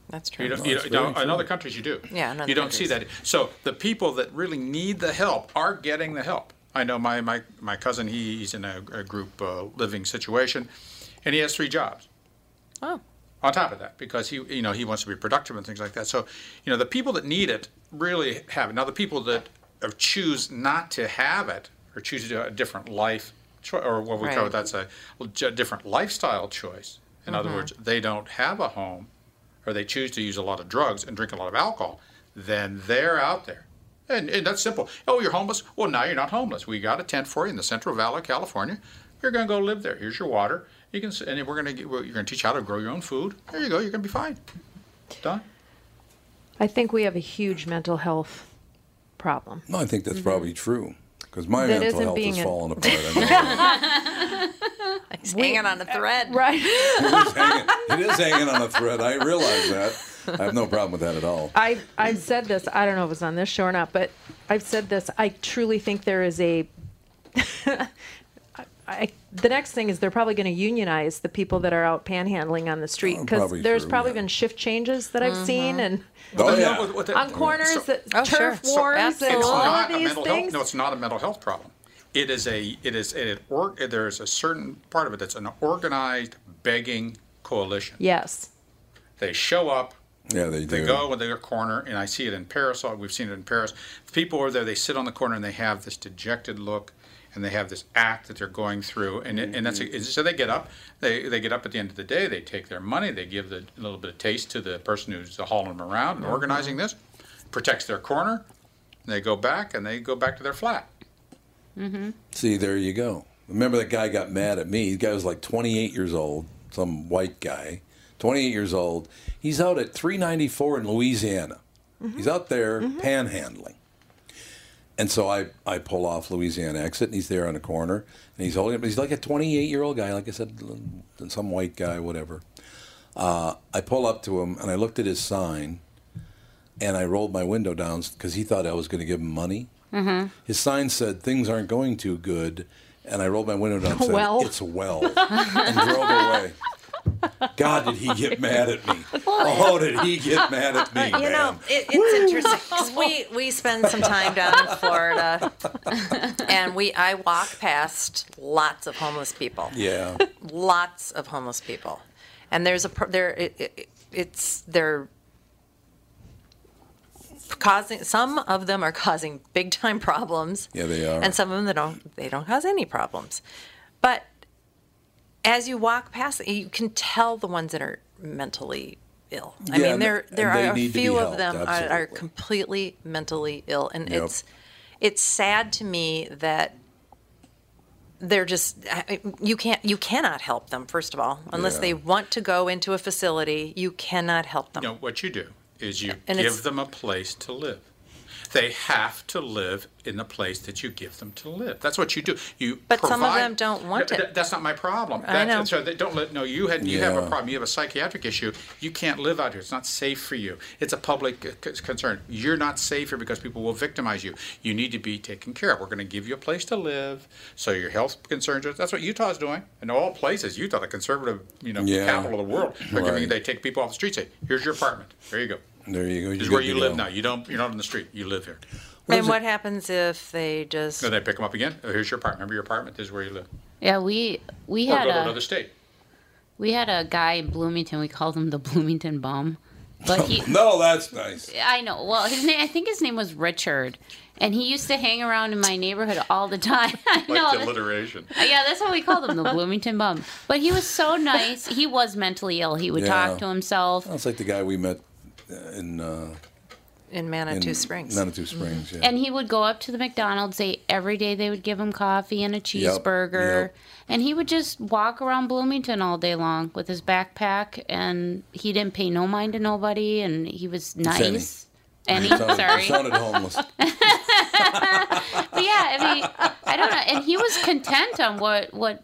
Speaker 6: That's true.
Speaker 2: You don't, you don't- in other countries, you do.
Speaker 6: Yeah, in other
Speaker 2: you don't see that.
Speaker 6: countries.
Speaker 2: So the people that really need the help are getting the help. I know my my, my cousin. he- He's in a, a group uh, living situation, and he has three jobs.
Speaker 6: Oh.
Speaker 2: On top of that, because he you know he wants to be productive and things like that. So you know the people that need it really have it. Now the people that uh, choose not to have it or choose to do a different life choice, or what we call
Speaker 7: Right.
Speaker 2: that's a, a different lifestyle choice. In other
Speaker 8: Mm-hmm.
Speaker 7: Mhm.
Speaker 2: words, they don't have a home or they choose to use a lot of drugs and drink a lot of alcohol, then they're out there. And, and that's simple. Oh, you're homeless? Well, now you're not homeless. We got a tent for you in the Central Valley of California. You're going to go live there. Here's your water. You can, s- and we're going to get, we're- you're going to teach how to grow your own food. There you go. You're going to be fine. Done.
Speaker 8: I think we have a huge mental health problem.
Speaker 1: No, I think that's probably true because my
Speaker 8: Mm-hmm. That
Speaker 1: mental
Speaker 8: isn't
Speaker 1: health
Speaker 8: being
Speaker 1: is
Speaker 8: a-
Speaker 1: falling apart. I mean,
Speaker 6: It's hanging on a thread.
Speaker 8: Right.
Speaker 1: it is hanging on a thread. I realize that. I have no problem with that at all.
Speaker 8: I've, I've said this. I don't know if it was on this show or not, but I've said this. I truly think there is a. I, the next thing is they're probably going to unionize the people that are out panhandling on the street because
Speaker 6: Oh, probably
Speaker 8: there's
Speaker 6: true, Oh,
Speaker 8: probably been shift changes that I've seen
Speaker 6: Mm-hmm.
Speaker 8: and
Speaker 2: Well, they know what- what they-
Speaker 8: on corners,
Speaker 2: So-
Speaker 8: that turf
Speaker 2: So
Speaker 8: wars, and
Speaker 2: it's
Speaker 8: all
Speaker 2: not
Speaker 8: of
Speaker 2: a
Speaker 8: these
Speaker 2: mental health-
Speaker 8: things.
Speaker 2: no, it's not a mental health problem. It is a it is it or, there's a certain part of it that's an organized begging coalition.
Speaker 8: Yes.
Speaker 2: They show up.
Speaker 1: Yeah, they
Speaker 2: They
Speaker 1: do.
Speaker 2: go in their corner, and I see it in Paris. uh, We've seen it in Paris. People are there. They sit on the corner, and they have this dejected look, and they have this act that they're going through. And it, and that's
Speaker 1: Mm-hmm.
Speaker 2: so they get up. They they get up at the end of the
Speaker 1: Mm-hmm.
Speaker 2: day. They take their money. They give the, a little bit of taste to the person who's hauling them around and organizing this. protects their corner. They go back and they go back to their flat.
Speaker 4: Mm-hmm.
Speaker 1: See, there you go. Remember that guy got mad at me. The guy was like 28 years old, some white guy, 28 years old. He's out at 394 in Louisiana. He's out there panhandling. And so I, I pull off Louisiana exit, and he's there on the corner, and he's holding up. He's like a 28 year old guy, like I said, some white guy, whatever. Uh, I pull up to him, and I looked at his sign, and I rolled my window down because he thought I was going to give him money.
Speaker 4: Mm-hmm.
Speaker 1: His sign said, "Things aren't going too good," and I rolled my window down. and said,
Speaker 4: Well.
Speaker 1: it's well, and drove away. God, did he get mad at me? Oh, did he get mad at me,
Speaker 6: You
Speaker 1: man?
Speaker 6: know, it, it's interesting 'cause we we spend some time down in Florida, and we I walk past lots of homeless people.
Speaker 1: Yeah.
Speaker 6: lots of homeless people, and there's a pro- there it, it, it's they're causing some of them are causing big time problems.
Speaker 1: Yeah, they are.
Speaker 6: And some of them that don't they don't cause any problems. But as you walk past, you can tell the ones that are mentally ill. I
Speaker 1: Yeah,
Speaker 6: mean,
Speaker 1: and-
Speaker 6: there
Speaker 1: and
Speaker 6: there
Speaker 1: they
Speaker 6: are
Speaker 1: need
Speaker 6: a
Speaker 1: to be
Speaker 6: few of
Speaker 1: helped,
Speaker 6: them are, are
Speaker 1: absolutely.
Speaker 6: completely mentally ill, and
Speaker 1: Yep.
Speaker 6: it's it's sad to me that they're just I- you can't you cannot help them first of all unless
Speaker 2: Yeah.
Speaker 6: they want to go into a facility. You cannot help them.
Speaker 2: You know, what you do is you
Speaker 6: And it's-
Speaker 2: give them a place to live. They have to live in the place that you give them to live. That's what you do. You
Speaker 6: But some of
Speaker 2: provide-
Speaker 6: them don't want
Speaker 2: Th-
Speaker 6: it.
Speaker 2: th- That's not my problem.
Speaker 6: I
Speaker 2: That's-
Speaker 6: know.
Speaker 2: So they don't let no. You had you have a
Speaker 1: Yeah.
Speaker 2: problem. You have a psychiatric issue. You can't live out here. It's not safe for you. It's a public c- c- concern. You're not safe here because people will victimize you. You need to be taken care of. We're going to give you a place to live. So your health concerns. are- That's what Utah's doing. In all places, Utah, the conservative, you know,
Speaker 1: Yeah.
Speaker 2: capital of the world, are
Speaker 1: Right.
Speaker 2: giving. They take people off the streets. Say, here's your apartment. There you go.
Speaker 1: There you go.
Speaker 2: This
Speaker 1: You're
Speaker 2: is where
Speaker 1: good
Speaker 2: you
Speaker 1: to
Speaker 2: live
Speaker 1: go.
Speaker 2: now. You don't. You're not on the street. You live here.
Speaker 6: and what happens if they just
Speaker 2: Then they pick them up again. Oh, here's your apartment. Remember your apartment. This is where you live.
Speaker 4: Yeah, we we
Speaker 2: or
Speaker 4: had
Speaker 2: go to
Speaker 4: a
Speaker 2: another state.
Speaker 4: we had a guy in Bloomington. We called him the Bloomington Bum, but he
Speaker 1: no, that's nice.
Speaker 4: I know. Well, his name I think his name was Richard, and he used to hang around in my neighborhood all the time. I
Speaker 2: Like
Speaker 4: know.
Speaker 2: the
Speaker 4: that's-
Speaker 2: alliteration.
Speaker 4: yeah, that's how we called him, the Bloomington Bum. But he was so nice. He was mentally ill. He would
Speaker 1: Yeah.
Speaker 4: talk to himself.
Speaker 1: That's like the guy we met uh, in uh,
Speaker 6: in Manitou
Speaker 1: in
Speaker 6: Springs?
Speaker 1: Manitou Springs, yeah.
Speaker 4: Mm-hmm. And he would go up to the McDonald's. They every day they would give him coffee and a
Speaker 1: Yep,
Speaker 4: cheeseburger,
Speaker 1: yep.
Speaker 4: and he would just walk around Bloomington all day long with his backpack. And he didn't pay no mind to nobody, and he was
Speaker 1: Fanny.
Speaker 4: nice. And
Speaker 1: You
Speaker 4: he,
Speaker 1: sounded- you
Speaker 4: sorry,
Speaker 1: sounded homeless.
Speaker 4: but yeah, I mean, I don't know. And he was content on what what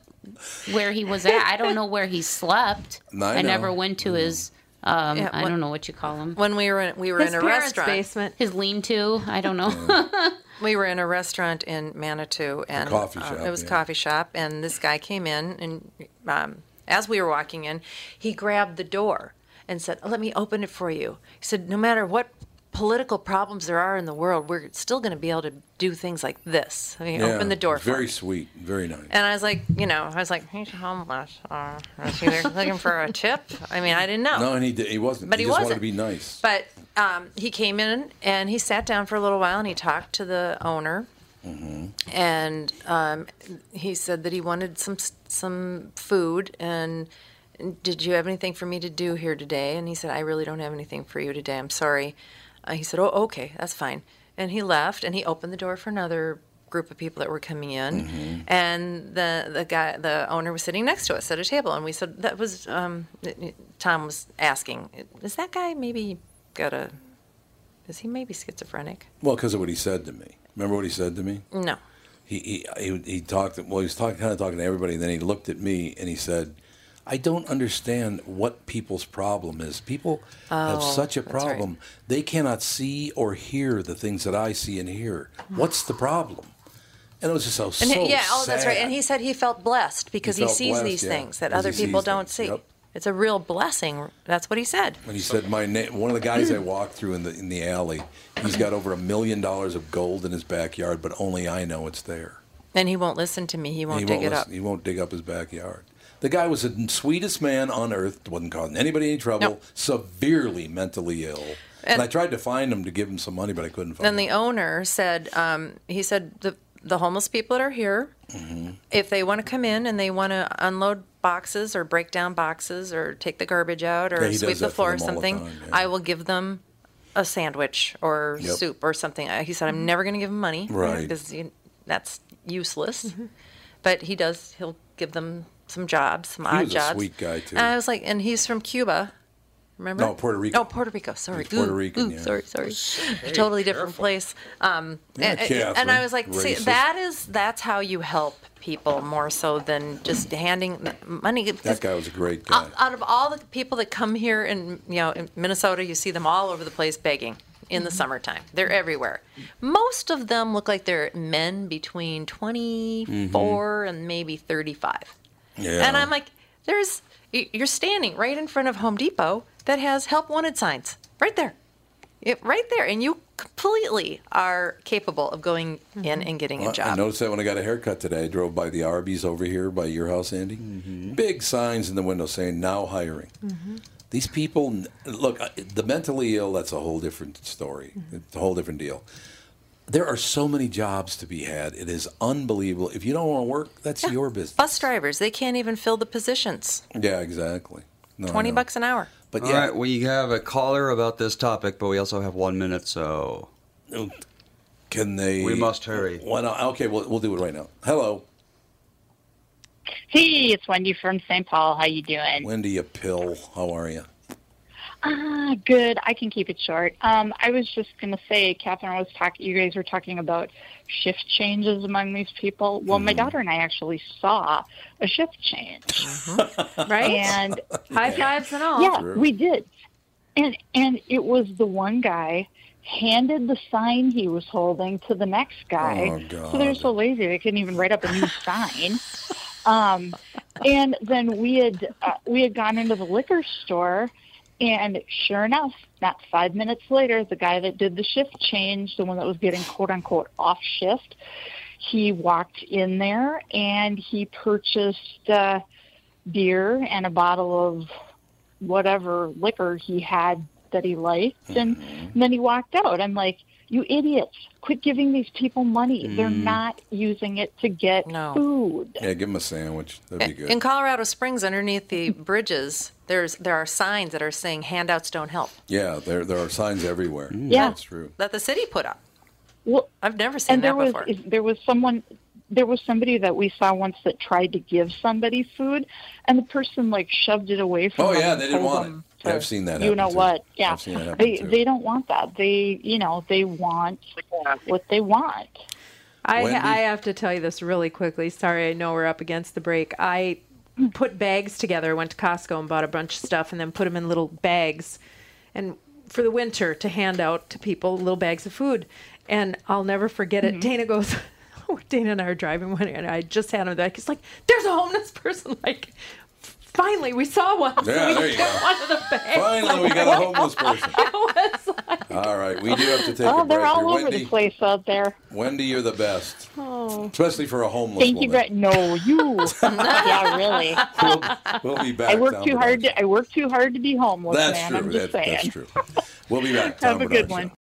Speaker 4: where he was at. I don't know where he slept.
Speaker 6: No, I know.
Speaker 4: never went to his. Um,
Speaker 6: Yeah,
Speaker 4: I
Speaker 6: when-
Speaker 4: don't know what you call him.
Speaker 6: When we were in, we were in a restaurant.
Speaker 4: His lean-to. I don't know.
Speaker 6: we were in a restaurant in Manitou, and
Speaker 4: coffee
Speaker 6: uh,
Speaker 4: shop,
Speaker 6: it was
Speaker 4: yeah.
Speaker 6: coffee shop, and this guy came in, and um, as we were walking in, he grabbed the door and said, "Let me open it for you." He said, "No matter what." Political problems there are in the world, we're still going to be able to do things like this. I mean,
Speaker 1: Yeah,
Speaker 6: open the door
Speaker 1: it's
Speaker 6: for
Speaker 1: Very
Speaker 6: me.
Speaker 1: sweet, very nice.
Speaker 6: And I was like, you know, I was like, he's homeless. Uh, is he there looking for a tip? I mean, I didn't know.
Speaker 1: No, and he did, he wasn't.
Speaker 6: But he
Speaker 1: just wanted to
Speaker 6: wasn't.
Speaker 1: be nice.
Speaker 6: But um, he came in and he sat down for a little while and he talked to the owner.
Speaker 1: Mm-hmm.
Speaker 6: And um, he said that he wanted some some food and did you have anything for me to do here today? And he said, I really don't have anything for you today. I'm sorry. Uh, he said, Oh, okay, that's fine. And he left and he opened the door for another group of people that were coming in.
Speaker 8: Mm-hmm.
Speaker 6: And the the guy, the owner was sitting next to us at a table, and we said that was um, Tom was asking, is that guy maybe got a, is he maybe schizophrenic?
Speaker 1: Well, because of what he said to me. Remember what he said to me?
Speaker 6: No.
Speaker 1: He he he, he talked. Well, he was talking, kind of talking to everybody, and then he looked at me and he said, "I don't understand what people's problem is. People have
Speaker 6: Oh,
Speaker 1: such a
Speaker 6: that's right.
Speaker 1: problem. They cannot see or hear the things that I see and hear. What's the problem?" And it was just so
Speaker 6: And
Speaker 1: so
Speaker 6: he, yeah, oh, that's right.
Speaker 1: sad.
Speaker 6: And he said he felt blessed because he,
Speaker 1: felt
Speaker 6: sees
Speaker 1: blessed,
Speaker 6: these
Speaker 1: yeah,
Speaker 6: things that
Speaker 1: 'cause
Speaker 6: other
Speaker 1: he
Speaker 6: people
Speaker 1: sees
Speaker 6: don't
Speaker 1: things,
Speaker 6: see.
Speaker 1: yep.
Speaker 6: It's a real blessing. That's what he said.
Speaker 1: And he said, "My na- one of the guys I walked through in the in the alley, he's got over a million dollars of gold in his backyard, but only I know it's there.
Speaker 6: And he won't listen to me. He won't
Speaker 1: he
Speaker 6: dig
Speaker 1: won't
Speaker 6: it up.
Speaker 1: listen- He won't dig up his backyard. The guy was the sweetest man on earth. wasn't causing anybody any trouble. Severely mentally ill, and,
Speaker 6: And-
Speaker 1: I tried to find him to give him some money, but I couldn't find
Speaker 6: And the owner said, um, he said, the, the homeless people that are here, if they want to come in and they want to unload boxes or break down boxes or take the garbage out
Speaker 1: Yeah,
Speaker 6: or
Speaker 1: he does
Speaker 6: sweep the
Speaker 1: that for
Speaker 6: floor or
Speaker 1: them all the
Speaker 6: something,
Speaker 1: time,
Speaker 6: I will give them a sandwich or
Speaker 1: Yep.
Speaker 6: soup or something. Uh, He said, I'm never going to give him money.
Speaker 1: Right.
Speaker 6: Because that's useless. But he does, he'll give them some jobs, some
Speaker 1: He
Speaker 6: odd
Speaker 1: was a
Speaker 6: jobs.
Speaker 1: sweet guy, too.
Speaker 6: And I was like, and he's from Cuba. Remember?
Speaker 1: No, Puerto Rico.
Speaker 6: Oh, Puerto Rico. Sorry.
Speaker 1: He's Puerto
Speaker 6: Ooh,
Speaker 1: Rican,
Speaker 6: ooh,
Speaker 1: yeah.
Speaker 6: Sorry, sorry. A totally different place. Um,
Speaker 1: Yeah,
Speaker 6: and, and- and
Speaker 1: Catherine,
Speaker 6: I was like, see,
Speaker 1: racist.
Speaker 6: that is that's how you help people more so than just handing th- money. because
Speaker 1: That guy was a great guy.
Speaker 6: out, out of all the people that come here in you know in Minnesota, you see them all over the place begging in the summertime. They're everywhere. Most of them look like they're men between 24
Speaker 1: Mm-hmm.
Speaker 6: and maybe 35.
Speaker 1: Yeah.
Speaker 6: And I'm like, there's y- you're standing right in front of Home Depot that has help wanted signs right there. It, right there, and you completely are capable of going in and getting
Speaker 1: Well,
Speaker 6: a job.
Speaker 1: I noticed that when I got a haircut today. I drove by the Arby's over here by your house, Andy. Big signs in the window saying now hiring. These people look I- the mentally ill. That's a whole different story.
Speaker 16: Mm-hmm.
Speaker 1: It's a whole different deal. There are so many jobs to be had. It is unbelievable. If you don't want to work, that's your business.
Speaker 6: Bus drivers, they can't even fill the positions.
Speaker 1: Yeah, exactly. No, I
Speaker 6: 20
Speaker 1: know.
Speaker 6: bucks an hour.
Speaker 1: But
Speaker 3: All
Speaker 1: yeah.
Speaker 3: right, we have a caller about this topic, but we also have one minute, so
Speaker 1: can they?
Speaker 3: We must hurry.
Speaker 1: Why not? Okay, we'll, we'll do it right now. Hello,
Speaker 16: Hey, it's Wendy from St. Paul. How you doing?
Speaker 1: Wendy. You pill. How are you?
Speaker 16: Ah, good. I can keep it short. Um, I was just gonna say, Catherine was talking. You guys were talking about shift changes among these people. Well, my daughter and I actually saw a shift change.
Speaker 8: Right?
Speaker 16: And
Speaker 8: High fives and all.
Speaker 16: Yeah, we did. And and it was the one guy handed the sign he was holding to the next guy.
Speaker 17: Oh,
Speaker 16: So they're so lazy they couldn't even write up a new sign. Um, and then we had uh, we had gone into the liquor store, and sure enough, not five minutes later, the guy that did the shift change, the one that was getting quote unquote off shift, he walked in there and he purchased uh, beer and a bottle of whatever liquor he had that he liked and,
Speaker 1: Mm-hmm.
Speaker 16: and then he walked out i'm like you idiots quit giving these people money they're
Speaker 1: Mm.
Speaker 16: not using it to get food
Speaker 1: Yeah, give him a sandwich. That'd be good.
Speaker 6: In Colorado Springs, underneath the bridges, there's there are signs that are saying handouts don't help.
Speaker 1: Yeah, there there are signs everywhere.
Speaker 16: Mm. Yeah.
Speaker 1: that's true.
Speaker 6: That the city put up.
Speaker 16: Well,
Speaker 6: I've never seen
Speaker 16: and there
Speaker 6: that
Speaker 16: was
Speaker 6: before.
Speaker 16: is- there was someone there was somebody that we saw once that tried to give somebody food and the person like shoved it away from
Speaker 1: Oh
Speaker 16: them
Speaker 1: yeah,
Speaker 16: and
Speaker 1: they didn't
Speaker 16: told
Speaker 1: want
Speaker 16: them,
Speaker 1: it. I've seen that.
Speaker 16: you
Speaker 1: happen
Speaker 16: know
Speaker 1: too.
Speaker 16: what yeah
Speaker 1: I've seen that happen
Speaker 16: they
Speaker 1: too.
Speaker 16: they don't want that they you know they want what they want
Speaker 8: I,
Speaker 16: Wendy?
Speaker 8: I have to tell you this really quickly. Sorry, I know we're up against the break. I put bags together, went to Costco and bought a bunch of stuff, and then put them in little bags, and for the winter to hand out to people, little bags of food. And I'll never forget it. Dana goes. Dana and I are driving one, and I just had him back. It's like there's a homeless person. Like finally, we saw one. So
Speaker 1: Yeah,
Speaker 8: we
Speaker 1: there you go.
Speaker 8: took One of the bags.
Speaker 1: Finally, we got a homeless person.
Speaker 8: It was
Speaker 1: All right, we do have to take
Speaker 16: oh
Speaker 1: a break.
Speaker 16: they're all
Speaker 1: here.
Speaker 16: over
Speaker 1: Wendy,
Speaker 16: the place out there
Speaker 1: Wendy, you're the best,
Speaker 16: oh
Speaker 1: especially for a homeless
Speaker 16: thank you
Speaker 1: woman.
Speaker 16: Brett. no you yeah really
Speaker 1: We'll be back.
Speaker 16: i work
Speaker 1: Tom
Speaker 16: too
Speaker 1: Bernard.
Speaker 16: hard to i work too hard to be homeless
Speaker 1: That's
Speaker 16: man
Speaker 1: true.
Speaker 16: i'm just
Speaker 1: That-
Speaker 16: saying
Speaker 1: that's true. We'll be back.
Speaker 16: have
Speaker 1: Tom
Speaker 16: a
Speaker 1: Bernard
Speaker 16: good
Speaker 1: Show.
Speaker 16: one